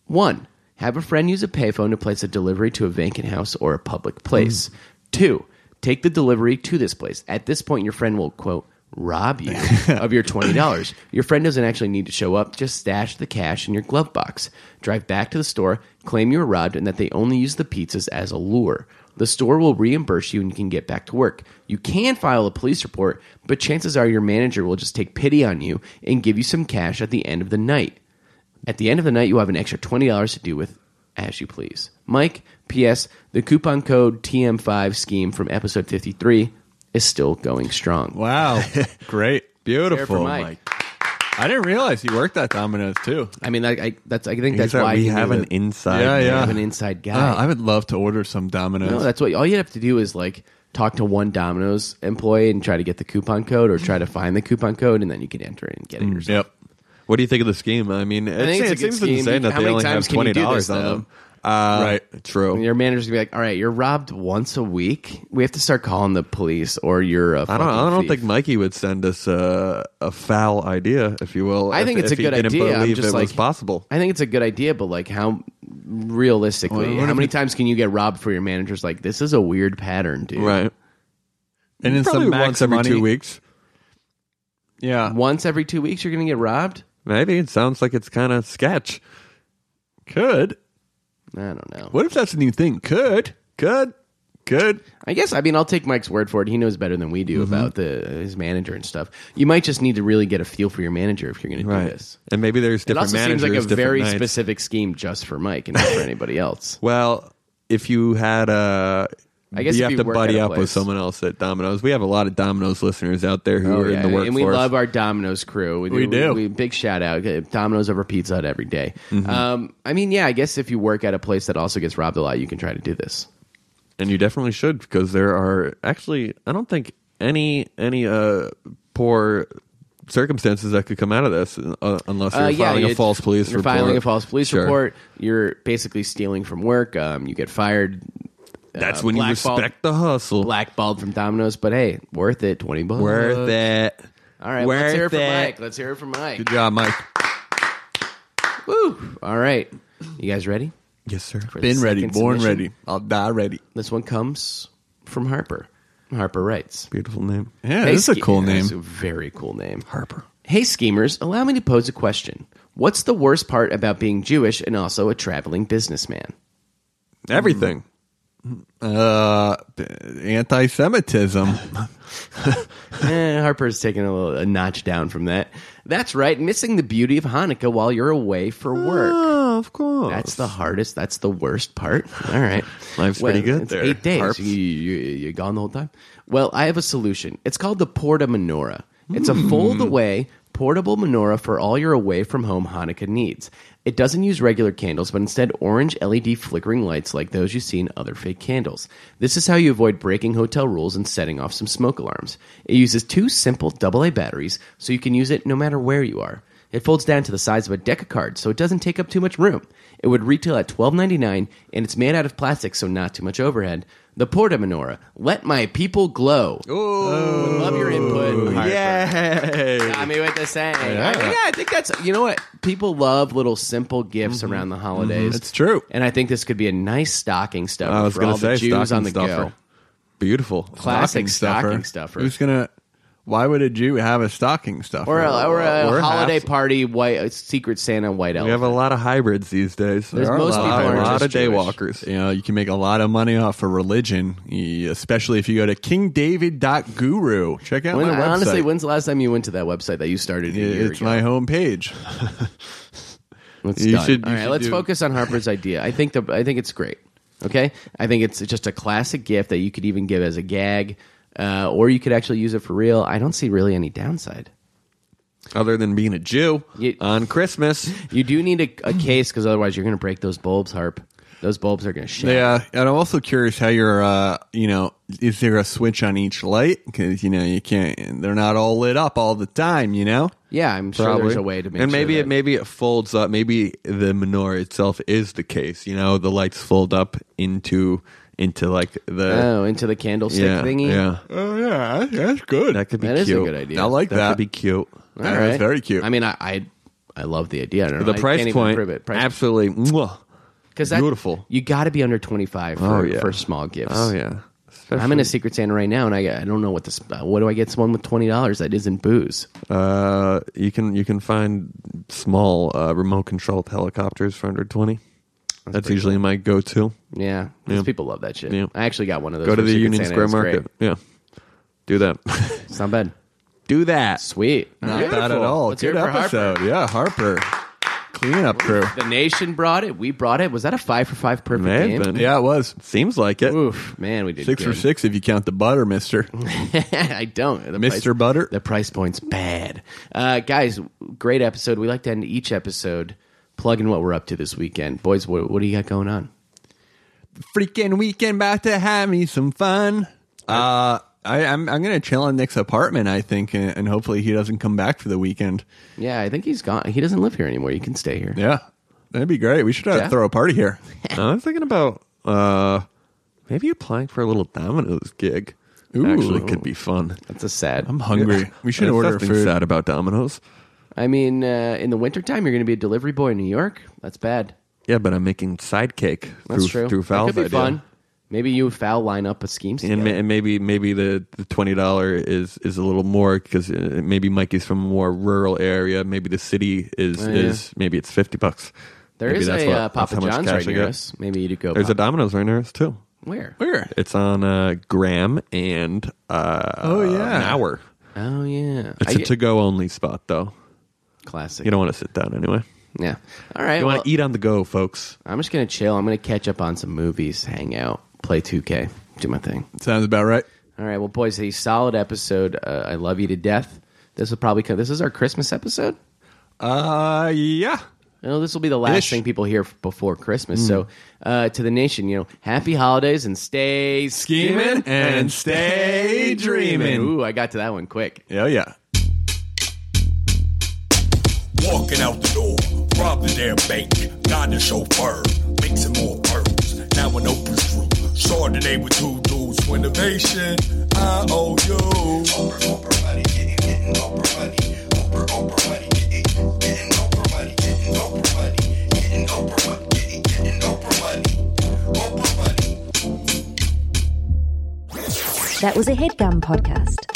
Speaker 3: One, have a friend use a payphone to place a delivery to a vacant house or a public place. Two, take the delivery to this place. At this point, your friend will, quote, rob you of your $20. Your friend doesn't actually need to show up, just stash the cash in your glove box. Drive back to the store, claim you were robbed, and that they only use the pizzas as a lure. The store will reimburse you and you can get back to work. You can file a police report, but chances are your manager will just take pity on you and give you some cash at the end of the night. At the end of the night, you have an extra $20 to do with as you please. Mike, P.S. The coupon code TM5 scheme from episode 53 is still going strong.
Speaker 6: Wow. Great.
Speaker 3: There for
Speaker 4: Beautiful,
Speaker 3: Mike.
Speaker 6: I didn't realize you worked at Domino's too.
Speaker 3: I mean, I, I, that's, I think that's
Speaker 4: Except
Speaker 3: why
Speaker 4: we
Speaker 3: he knew
Speaker 4: have an
Speaker 3: that-
Speaker 4: inside.
Speaker 6: Yeah,
Speaker 4: man.
Speaker 3: we
Speaker 6: yeah.
Speaker 3: have an inside guy.
Speaker 6: Oh, I would love to order some Domino's.
Speaker 3: No, that's what all you have to do is like talk to one Domino's employee and try to get the coupon code or try to find the coupon code and then you can enter it and get it
Speaker 4: Mm.
Speaker 3: yourself.
Speaker 6: yep.
Speaker 4: What do you think of the scheme? I mean, it,
Speaker 3: think it's
Speaker 4: seems,
Speaker 3: a good
Speaker 4: it seems
Speaker 3: scheme.
Speaker 4: insane that
Speaker 3: How
Speaker 4: they
Speaker 3: many
Speaker 4: only
Speaker 3: times
Speaker 4: have
Speaker 3: can you
Speaker 4: twenty
Speaker 3: do
Speaker 4: dollars
Speaker 3: this,
Speaker 4: on
Speaker 3: though?
Speaker 4: them. Uh,
Speaker 6: Right.
Speaker 4: True.
Speaker 3: Your manager's gonna be like, "All right, you're robbed once a week. We have to start calling the police, or you're a
Speaker 4: I don't. I
Speaker 3: fucking
Speaker 4: don't
Speaker 3: thief."
Speaker 4: think Mikey would send us a, a foul idea, if you will.
Speaker 3: I
Speaker 4: if-
Speaker 3: think it's
Speaker 4: if
Speaker 3: a
Speaker 4: he
Speaker 3: good
Speaker 4: didn't
Speaker 3: idea. I'm
Speaker 4: Believe
Speaker 3: just
Speaker 4: it was
Speaker 3: like-
Speaker 4: possible.
Speaker 3: I think it's a good idea, but like how
Speaker 6: Well,
Speaker 3: realistically,
Speaker 6: what
Speaker 3: how
Speaker 6: if
Speaker 3: many
Speaker 6: it-
Speaker 3: times can you get robbed for your manager's like, this is a weird pattern, dude?
Speaker 4: Right.
Speaker 6: And then
Speaker 4: Probably
Speaker 6: some max
Speaker 4: once every
Speaker 6: money.
Speaker 4: two weeks.
Speaker 6: Yeah.
Speaker 3: Once every two weeks, you're going to get robbed?
Speaker 4: Maybe it sounds like it's kind of sketch.
Speaker 6: Could.
Speaker 3: I don't know.
Speaker 6: What if that's a new thing? Could. Could. Could.
Speaker 3: I guess, I mean, I'll take Mike's word for it. He knows better than we do
Speaker 4: Mm-hmm.
Speaker 3: about the his manager and stuff. You might just need to really get a feel for your manager if you're going to do this.
Speaker 4: And maybe there's
Speaker 3: It
Speaker 4: different
Speaker 3: also
Speaker 4: managers.
Speaker 3: seems like a
Speaker 4: different
Speaker 3: very
Speaker 4: nights.
Speaker 3: specific scheme just for Mike and not for anybody else.
Speaker 4: Well, if you had a.
Speaker 3: I guess
Speaker 4: you
Speaker 3: if
Speaker 4: have
Speaker 3: you
Speaker 4: to
Speaker 3: work
Speaker 4: buddy
Speaker 3: at a
Speaker 4: up with
Speaker 3: place.
Speaker 4: someone else at Domino's. We have a lot of Domino's listeners out there who
Speaker 3: Oh,
Speaker 4: are
Speaker 3: yeah,
Speaker 4: in the workforce.
Speaker 3: And we love our Domino's crew.
Speaker 6: We do. Mm-hmm.
Speaker 3: We, big shout out. Domino's over Pizza Hut every day. Um, I mean, yeah, I guess if you work at a place that also gets robbed a lot, you can try to do this.
Speaker 4: and you definitely should because there are actually I don't think any any uh poor circumstances that could come out of this uh, unless you're
Speaker 3: Uh, yeah,
Speaker 4: filing a
Speaker 3: you-
Speaker 4: false police
Speaker 3: you're
Speaker 4: report.
Speaker 3: filing a false police
Speaker 4: Sure.
Speaker 3: report. You're basically stealing from work. Um, you get fired.
Speaker 4: That's
Speaker 3: uh,
Speaker 4: when you
Speaker 3: blackballed-
Speaker 4: respect the hustle.
Speaker 3: Blackballed from Domino's, but hey, worth it. Twenty bucks.
Speaker 4: Worth it.
Speaker 3: All right,
Speaker 4: Worth
Speaker 3: let's hear it from
Speaker 4: it.
Speaker 3: Mike. Let's hear it from Mike.
Speaker 6: Good job, Mike.
Speaker 3: Woo! All right, you guys ready?
Speaker 4: Yes, sir.
Speaker 3: for the
Speaker 6: Been ready.
Speaker 3: second
Speaker 6: Born
Speaker 3: submission?
Speaker 6: ready. I'll die ready.
Speaker 3: This one comes from Harper. Harper writes.
Speaker 4: Beautiful name.
Speaker 6: Yeah,
Speaker 3: Hey,
Speaker 6: this is a
Speaker 3: Ske-
Speaker 6: cool
Speaker 3: yeah,
Speaker 6: name.
Speaker 3: it's a very cool name.
Speaker 4: Harper.
Speaker 3: Hey, schemers, allow me to pose a question. What's the worst part about being Jewish and also a traveling businessman?
Speaker 6: Mm.
Speaker 4: Everything.
Speaker 6: Uh, anti-Semitism.
Speaker 3: eh, Harper's taking a, little, a notch down from that. That's right, missing the beauty of Hanukkah while you're away for work.
Speaker 4: Oh, of course.
Speaker 3: That's the hardest. That's the worst part. All right,
Speaker 4: Life's pretty good
Speaker 3: It's
Speaker 4: there,
Speaker 3: eight days.
Speaker 4: Harps.
Speaker 3: You, you, you're gone the whole time. Well, I have a solution. It's called the Porta Menorah. It's
Speaker 4: Hmm.
Speaker 3: a fold away portable menorah for all your away from home Hanukkah needs. It doesn't use regular candles, but instead orange LED flickering lights like those you see in other fake candles. This is how you avoid breaking hotel rules and setting off some smoke alarms. It uses two simple AA batteries, so you can use it no matter where you are. It folds down to the size of a deck of cards, so it doesn't take up too much room. It would retail at twelve ninety nine, and it's made out of plastic, so not too much overhead. The Porta Menorah. Let my people glow. Would love your input.
Speaker 4: Yay!
Speaker 3: Got me with the saying. I think- Yeah. I think that's you know what people love little simple gifts
Speaker 4: Mm-hmm.
Speaker 3: around the holidays.
Speaker 6: It's true.
Speaker 3: and I think this could be a nice stocking stuffer
Speaker 4: I was
Speaker 3: for all
Speaker 4: going to say
Speaker 3: the Jews
Speaker 4: stocking
Speaker 3: on the
Speaker 4: stuffer.
Speaker 3: go.
Speaker 4: Beautiful.
Speaker 3: Classic stocking stuffer,
Speaker 6: Who's gonna? Why would a Jew have a stocking stuffer?
Speaker 3: or a, or a
Speaker 4: Or a
Speaker 3: holiday
Speaker 4: half-
Speaker 3: party white uh, secret Santa white elf.
Speaker 4: We have a lot of hybrids these days.
Speaker 3: There's
Speaker 4: There are
Speaker 3: most
Speaker 4: a lot,
Speaker 3: people
Speaker 4: a
Speaker 3: aren't
Speaker 4: lot of
Speaker 3: just Jewish.
Speaker 4: daywalkers.
Speaker 6: You know, you can make a lot of money off of religion, e- especially if you go to kingdavid.guru. Check out
Speaker 3: When-
Speaker 6: my website.
Speaker 3: honestly, when's the last time you went to that website that you started? A year
Speaker 6: it's
Speaker 3: ago?
Speaker 6: my homepage.
Speaker 3: Let's
Speaker 4: You
Speaker 3: done.
Speaker 4: should- you
Speaker 3: All right,
Speaker 4: should
Speaker 3: let's
Speaker 4: do-
Speaker 3: focus on Harper's idea. I think the I think it's great. Okay, I think it's just a classic gift that you could even give as a gag, uh, or you could actually use it for real. I don't see really any downside.
Speaker 4: Other than being a Jew
Speaker 3: You-
Speaker 4: on Christmas,
Speaker 3: You do need a, a case because otherwise you're going to break those bulbs, Harp. Those bulbs are going to shatter.
Speaker 6: Yeah, and I'm also curious how your, uh, you know, is there a switch on each light? Because you know you can't. They're not all lit up all the time. You know.
Speaker 3: Yeah, I'm sure
Speaker 4: probably
Speaker 3: there's a way to make.
Speaker 4: and maybe
Speaker 3: sure
Speaker 4: it
Speaker 3: that-
Speaker 4: maybe it folds up. Maybe the menorah itself is the case. You know, the lights fold up into into like the
Speaker 3: oh into the candlestick
Speaker 4: yeah
Speaker 3: thingy.
Speaker 4: yeah.
Speaker 6: Oh yeah, that's good.
Speaker 4: That could be
Speaker 3: That is
Speaker 4: cute.
Speaker 3: a good idea.
Speaker 6: I like
Speaker 4: that.
Speaker 6: that.
Speaker 4: could be cute.
Speaker 3: All
Speaker 6: That is very cute.
Speaker 3: I mean, I I, I love the idea. I don't know.
Speaker 4: The
Speaker 3: I
Speaker 4: price
Speaker 3: can't even
Speaker 4: point,
Speaker 3: prove it. Price
Speaker 4: absolutely. Mwah.
Speaker 3: Because
Speaker 4: Beautiful.
Speaker 3: You got to be under twenty five for,
Speaker 4: Oh, yeah.
Speaker 3: for small gifts.
Speaker 4: Oh yeah,
Speaker 3: I'm in a Secret Santa right now, and I, I don't know what this. What do I get someone with twenty dollars that isn't booze?
Speaker 4: Uh, you can you can find small uh, remote controlled helicopters for under twenty. That's, usually my go to.
Speaker 3: Yeah, 'cause
Speaker 4: Yeah.
Speaker 3: people love that shit.
Speaker 4: Yeah.
Speaker 3: I actually got one of those.
Speaker 4: Go to
Speaker 3: for
Speaker 4: the
Speaker 3: Secret
Speaker 4: Union
Speaker 3: Santa.
Speaker 4: Square
Speaker 3: It's great.
Speaker 4: Market. Yeah, do that.
Speaker 3: It's not bad.
Speaker 4: do that.
Speaker 3: Sweet.
Speaker 6: Not
Speaker 3: Beautiful.
Speaker 6: bad at all.
Speaker 3: Let's
Speaker 6: Good
Speaker 3: hear it for
Speaker 6: episode. Yeah, Harper. Cleanup crew.
Speaker 3: The nation brought it. We brought it. Was that a five for five perfect
Speaker 4: May have
Speaker 3: game?
Speaker 4: been.
Speaker 6: Yeah, it was.
Speaker 4: Seems like it.
Speaker 3: Oof, man, we did
Speaker 6: Six or
Speaker 3: good.
Speaker 6: six if you count the butter, mister.
Speaker 3: I don't. The price-
Speaker 6: Mr. Butter.
Speaker 3: The price point's bad. Uh, guys, great episode. We like to end each episode plugging what we're up to this weekend. Boys, what, what do you got going on?
Speaker 6: freaking weekend about to have me some fun. Uh, I, I'm I'm gonna chill in Nick's apartment, I think, and, and hopefully he doesn't come back for the weekend.
Speaker 3: Yeah, I think he's gone. He doesn't live here anymore. You can stay here.
Speaker 6: Yeah, that'd be great. We should uh,
Speaker 3: Yeah.
Speaker 6: throw a party here.
Speaker 4: I was thinking about uh, maybe applying for a little Domino's gig.
Speaker 6: Ooh.
Speaker 4: Actually, could be fun.
Speaker 3: That's a sad.
Speaker 6: I'm hungry. We should
Speaker 4: There's
Speaker 6: order
Speaker 4: nothing
Speaker 6: food.
Speaker 4: Sad about Domino's.
Speaker 3: I mean, uh, in the wintertime, you're going to be a delivery boy in New York. That's bad.
Speaker 4: Yeah, but I'm making side cake
Speaker 3: That's true.
Speaker 4: through, through
Speaker 3: that
Speaker 4: Val's
Speaker 3: could be
Speaker 4: idea.
Speaker 3: fun. Maybe you and Foul line up a scheme.
Speaker 4: and,
Speaker 3: together.
Speaker 4: ma- and maybe maybe the, the twenty dollar is is a little more because maybe Mikey's from a more rural area. Maybe the city
Speaker 6: Oh,
Speaker 4: is
Speaker 3: Oh, yeah.
Speaker 4: is maybe it's fifty bucks.
Speaker 3: there
Speaker 4: Maybe
Speaker 3: is
Speaker 4: that's
Speaker 3: a
Speaker 4: what-
Speaker 3: uh,
Speaker 4: that's how
Speaker 3: Papa
Speaker 4: much
Speaker 3: John's
Speaker 4: cash
Speaker 3: right
Speaker 4: I
Speaker 3: near
Speaker 4: get.
Speaker 3: us. Maybe you would go.
Speaker 4: There's a
Speaker 3: Pop-
Speaker 4: Domino's right near us too.
Speaker 3: Where?
Speaker 6: Where?
Speaker 4: It's on uh, Graham and uh,
Speaker 6: Oh, yeah.
Speaker 4: an hour.
Speaker 3: Oh yeah,
Speaker 4: It's
Speaker 3: I
Speaker 4: a
Speaker 3: get-
Speaker 4: to go only spot though.
Speaker 3: classic.
Speaker 4: You don't want to sit down anyway.
Speaker 3: yeah. All right.
Speaker 4: You
Speaker 3: well,
Speaker 4: want to eat on the go, folks.
Speaker 3: I'm just gonna chill. I'm gonna catch up on some movies, hang out, play 2K, do my thing.
Speaker 6: Sounds about right.
Speaker 3: All right, well, boys, a solid episode. Uh, I love you to death. This will probably come. This is our Christmas episode.
Speaker 6: Uh, yeah.
Speaker 3: No, this will be the last
Speaker 6: Ish. Hmm.
Speaker 3: thing people hear f- before Christmas. So, uh, to the nation, you know, happy holidays and stay
Speaker 6: Scheming and stay dreaming.
Speaker 3: Ooh, I got to that one quick.
Speaker 6: Yeah, yeah.
Speaker 2: Walking out the door, robbing their bank, got the chauffeur, mixing more pearls. Now an open screw, Chardonnay with two dudes for innovation. I owe you.
Speaker 1: That was a headgum podcast.